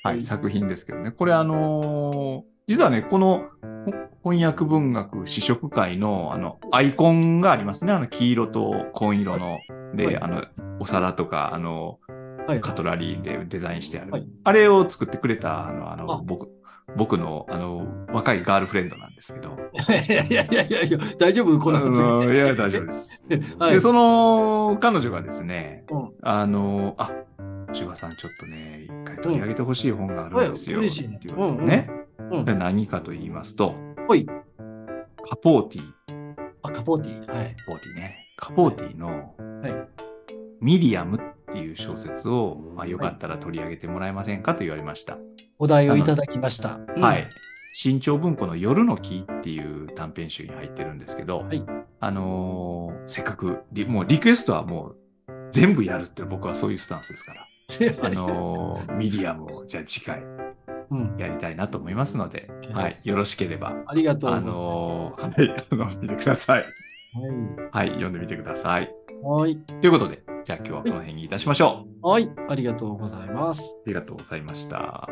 Speaker 1: は、
Speaker 2: はいい
Speaker 1: 作品ですけどね。これあのー実はね、このほ翻訳文学試食会のあのアイコンがありますね。あの黄色と紺色の。で、
Speaker 2: はい
Speaker 1: あの、お皿とか、あの、
Speaker 2: はい、
Speaker 1: カトラリーでデザインしてある。
Speaker 2: はい
Speaker 1: あれを作ってくれた、あの、あの
Speaker 2: あ
Speaker 1: 僕、僕の、あの、若いガールフレンドなんですけど。
Speaker 2: いやいやいやいやいや、大丈夫こんな
Speaker 1: あ
Speaker 2: の
Speaker 1: の
Speaker 2: 次
Speaker 1: いや、大丈夫です。
Speaker 2: はい
Speaker 1: で、その、彼女がですね、
Speaker 2: うん
Speaker 1: あの、あ、千葉さん、ちょっとね、一回取り上げてほしい本があるんですよ。
Speaker 2: うんはい嬉しいね
Speaker 1: っていうことでね。
Speaker 2: うん
Speaker 1: これ何かと言いますと、
Speaker 2: ほい
Speaker 1: カポーティー、
Speaker 2: あ、カポーティ。はい。
Speaker 1: カポーティーね。カポーティーの、
Speaker 2: はい
Speaker 1: ミディアムっていう小説を、まあ、よかったら取り上げてもらえませんかと言われました。
Speaker 2: お題をいただきまし
Speaker 1: は
Speaker 2: た。うん
Speaker 1: い。。新潮文庫の夜の木っていう短編集に入ってるんですけど、
Speaker 2: はい
Speaker 1: あのーせっかくリ、もうリクエストはもう全部やるって僕はそういうスタンスですから、あの ーミディアムをじゃあ次回
Speaker 2: うん、
Speaker 1: やりたいなと思いますので、
Speaker 2: は
Speaker 1: はいい、よろしければ、
Speaker 2: ありがとうござ
Speaker 1: あ
Speaker 2: います。
Speaker 1: のーはい、あの、見てください。はい、読んでみてください。
Speaker 2: はい。はい。
Speaker 1: ということで、じゃあ今日はこの辺にいたしましょう。
Speaker 2: はい。ありがとうございます。
Speaker 1: ありがとうございました。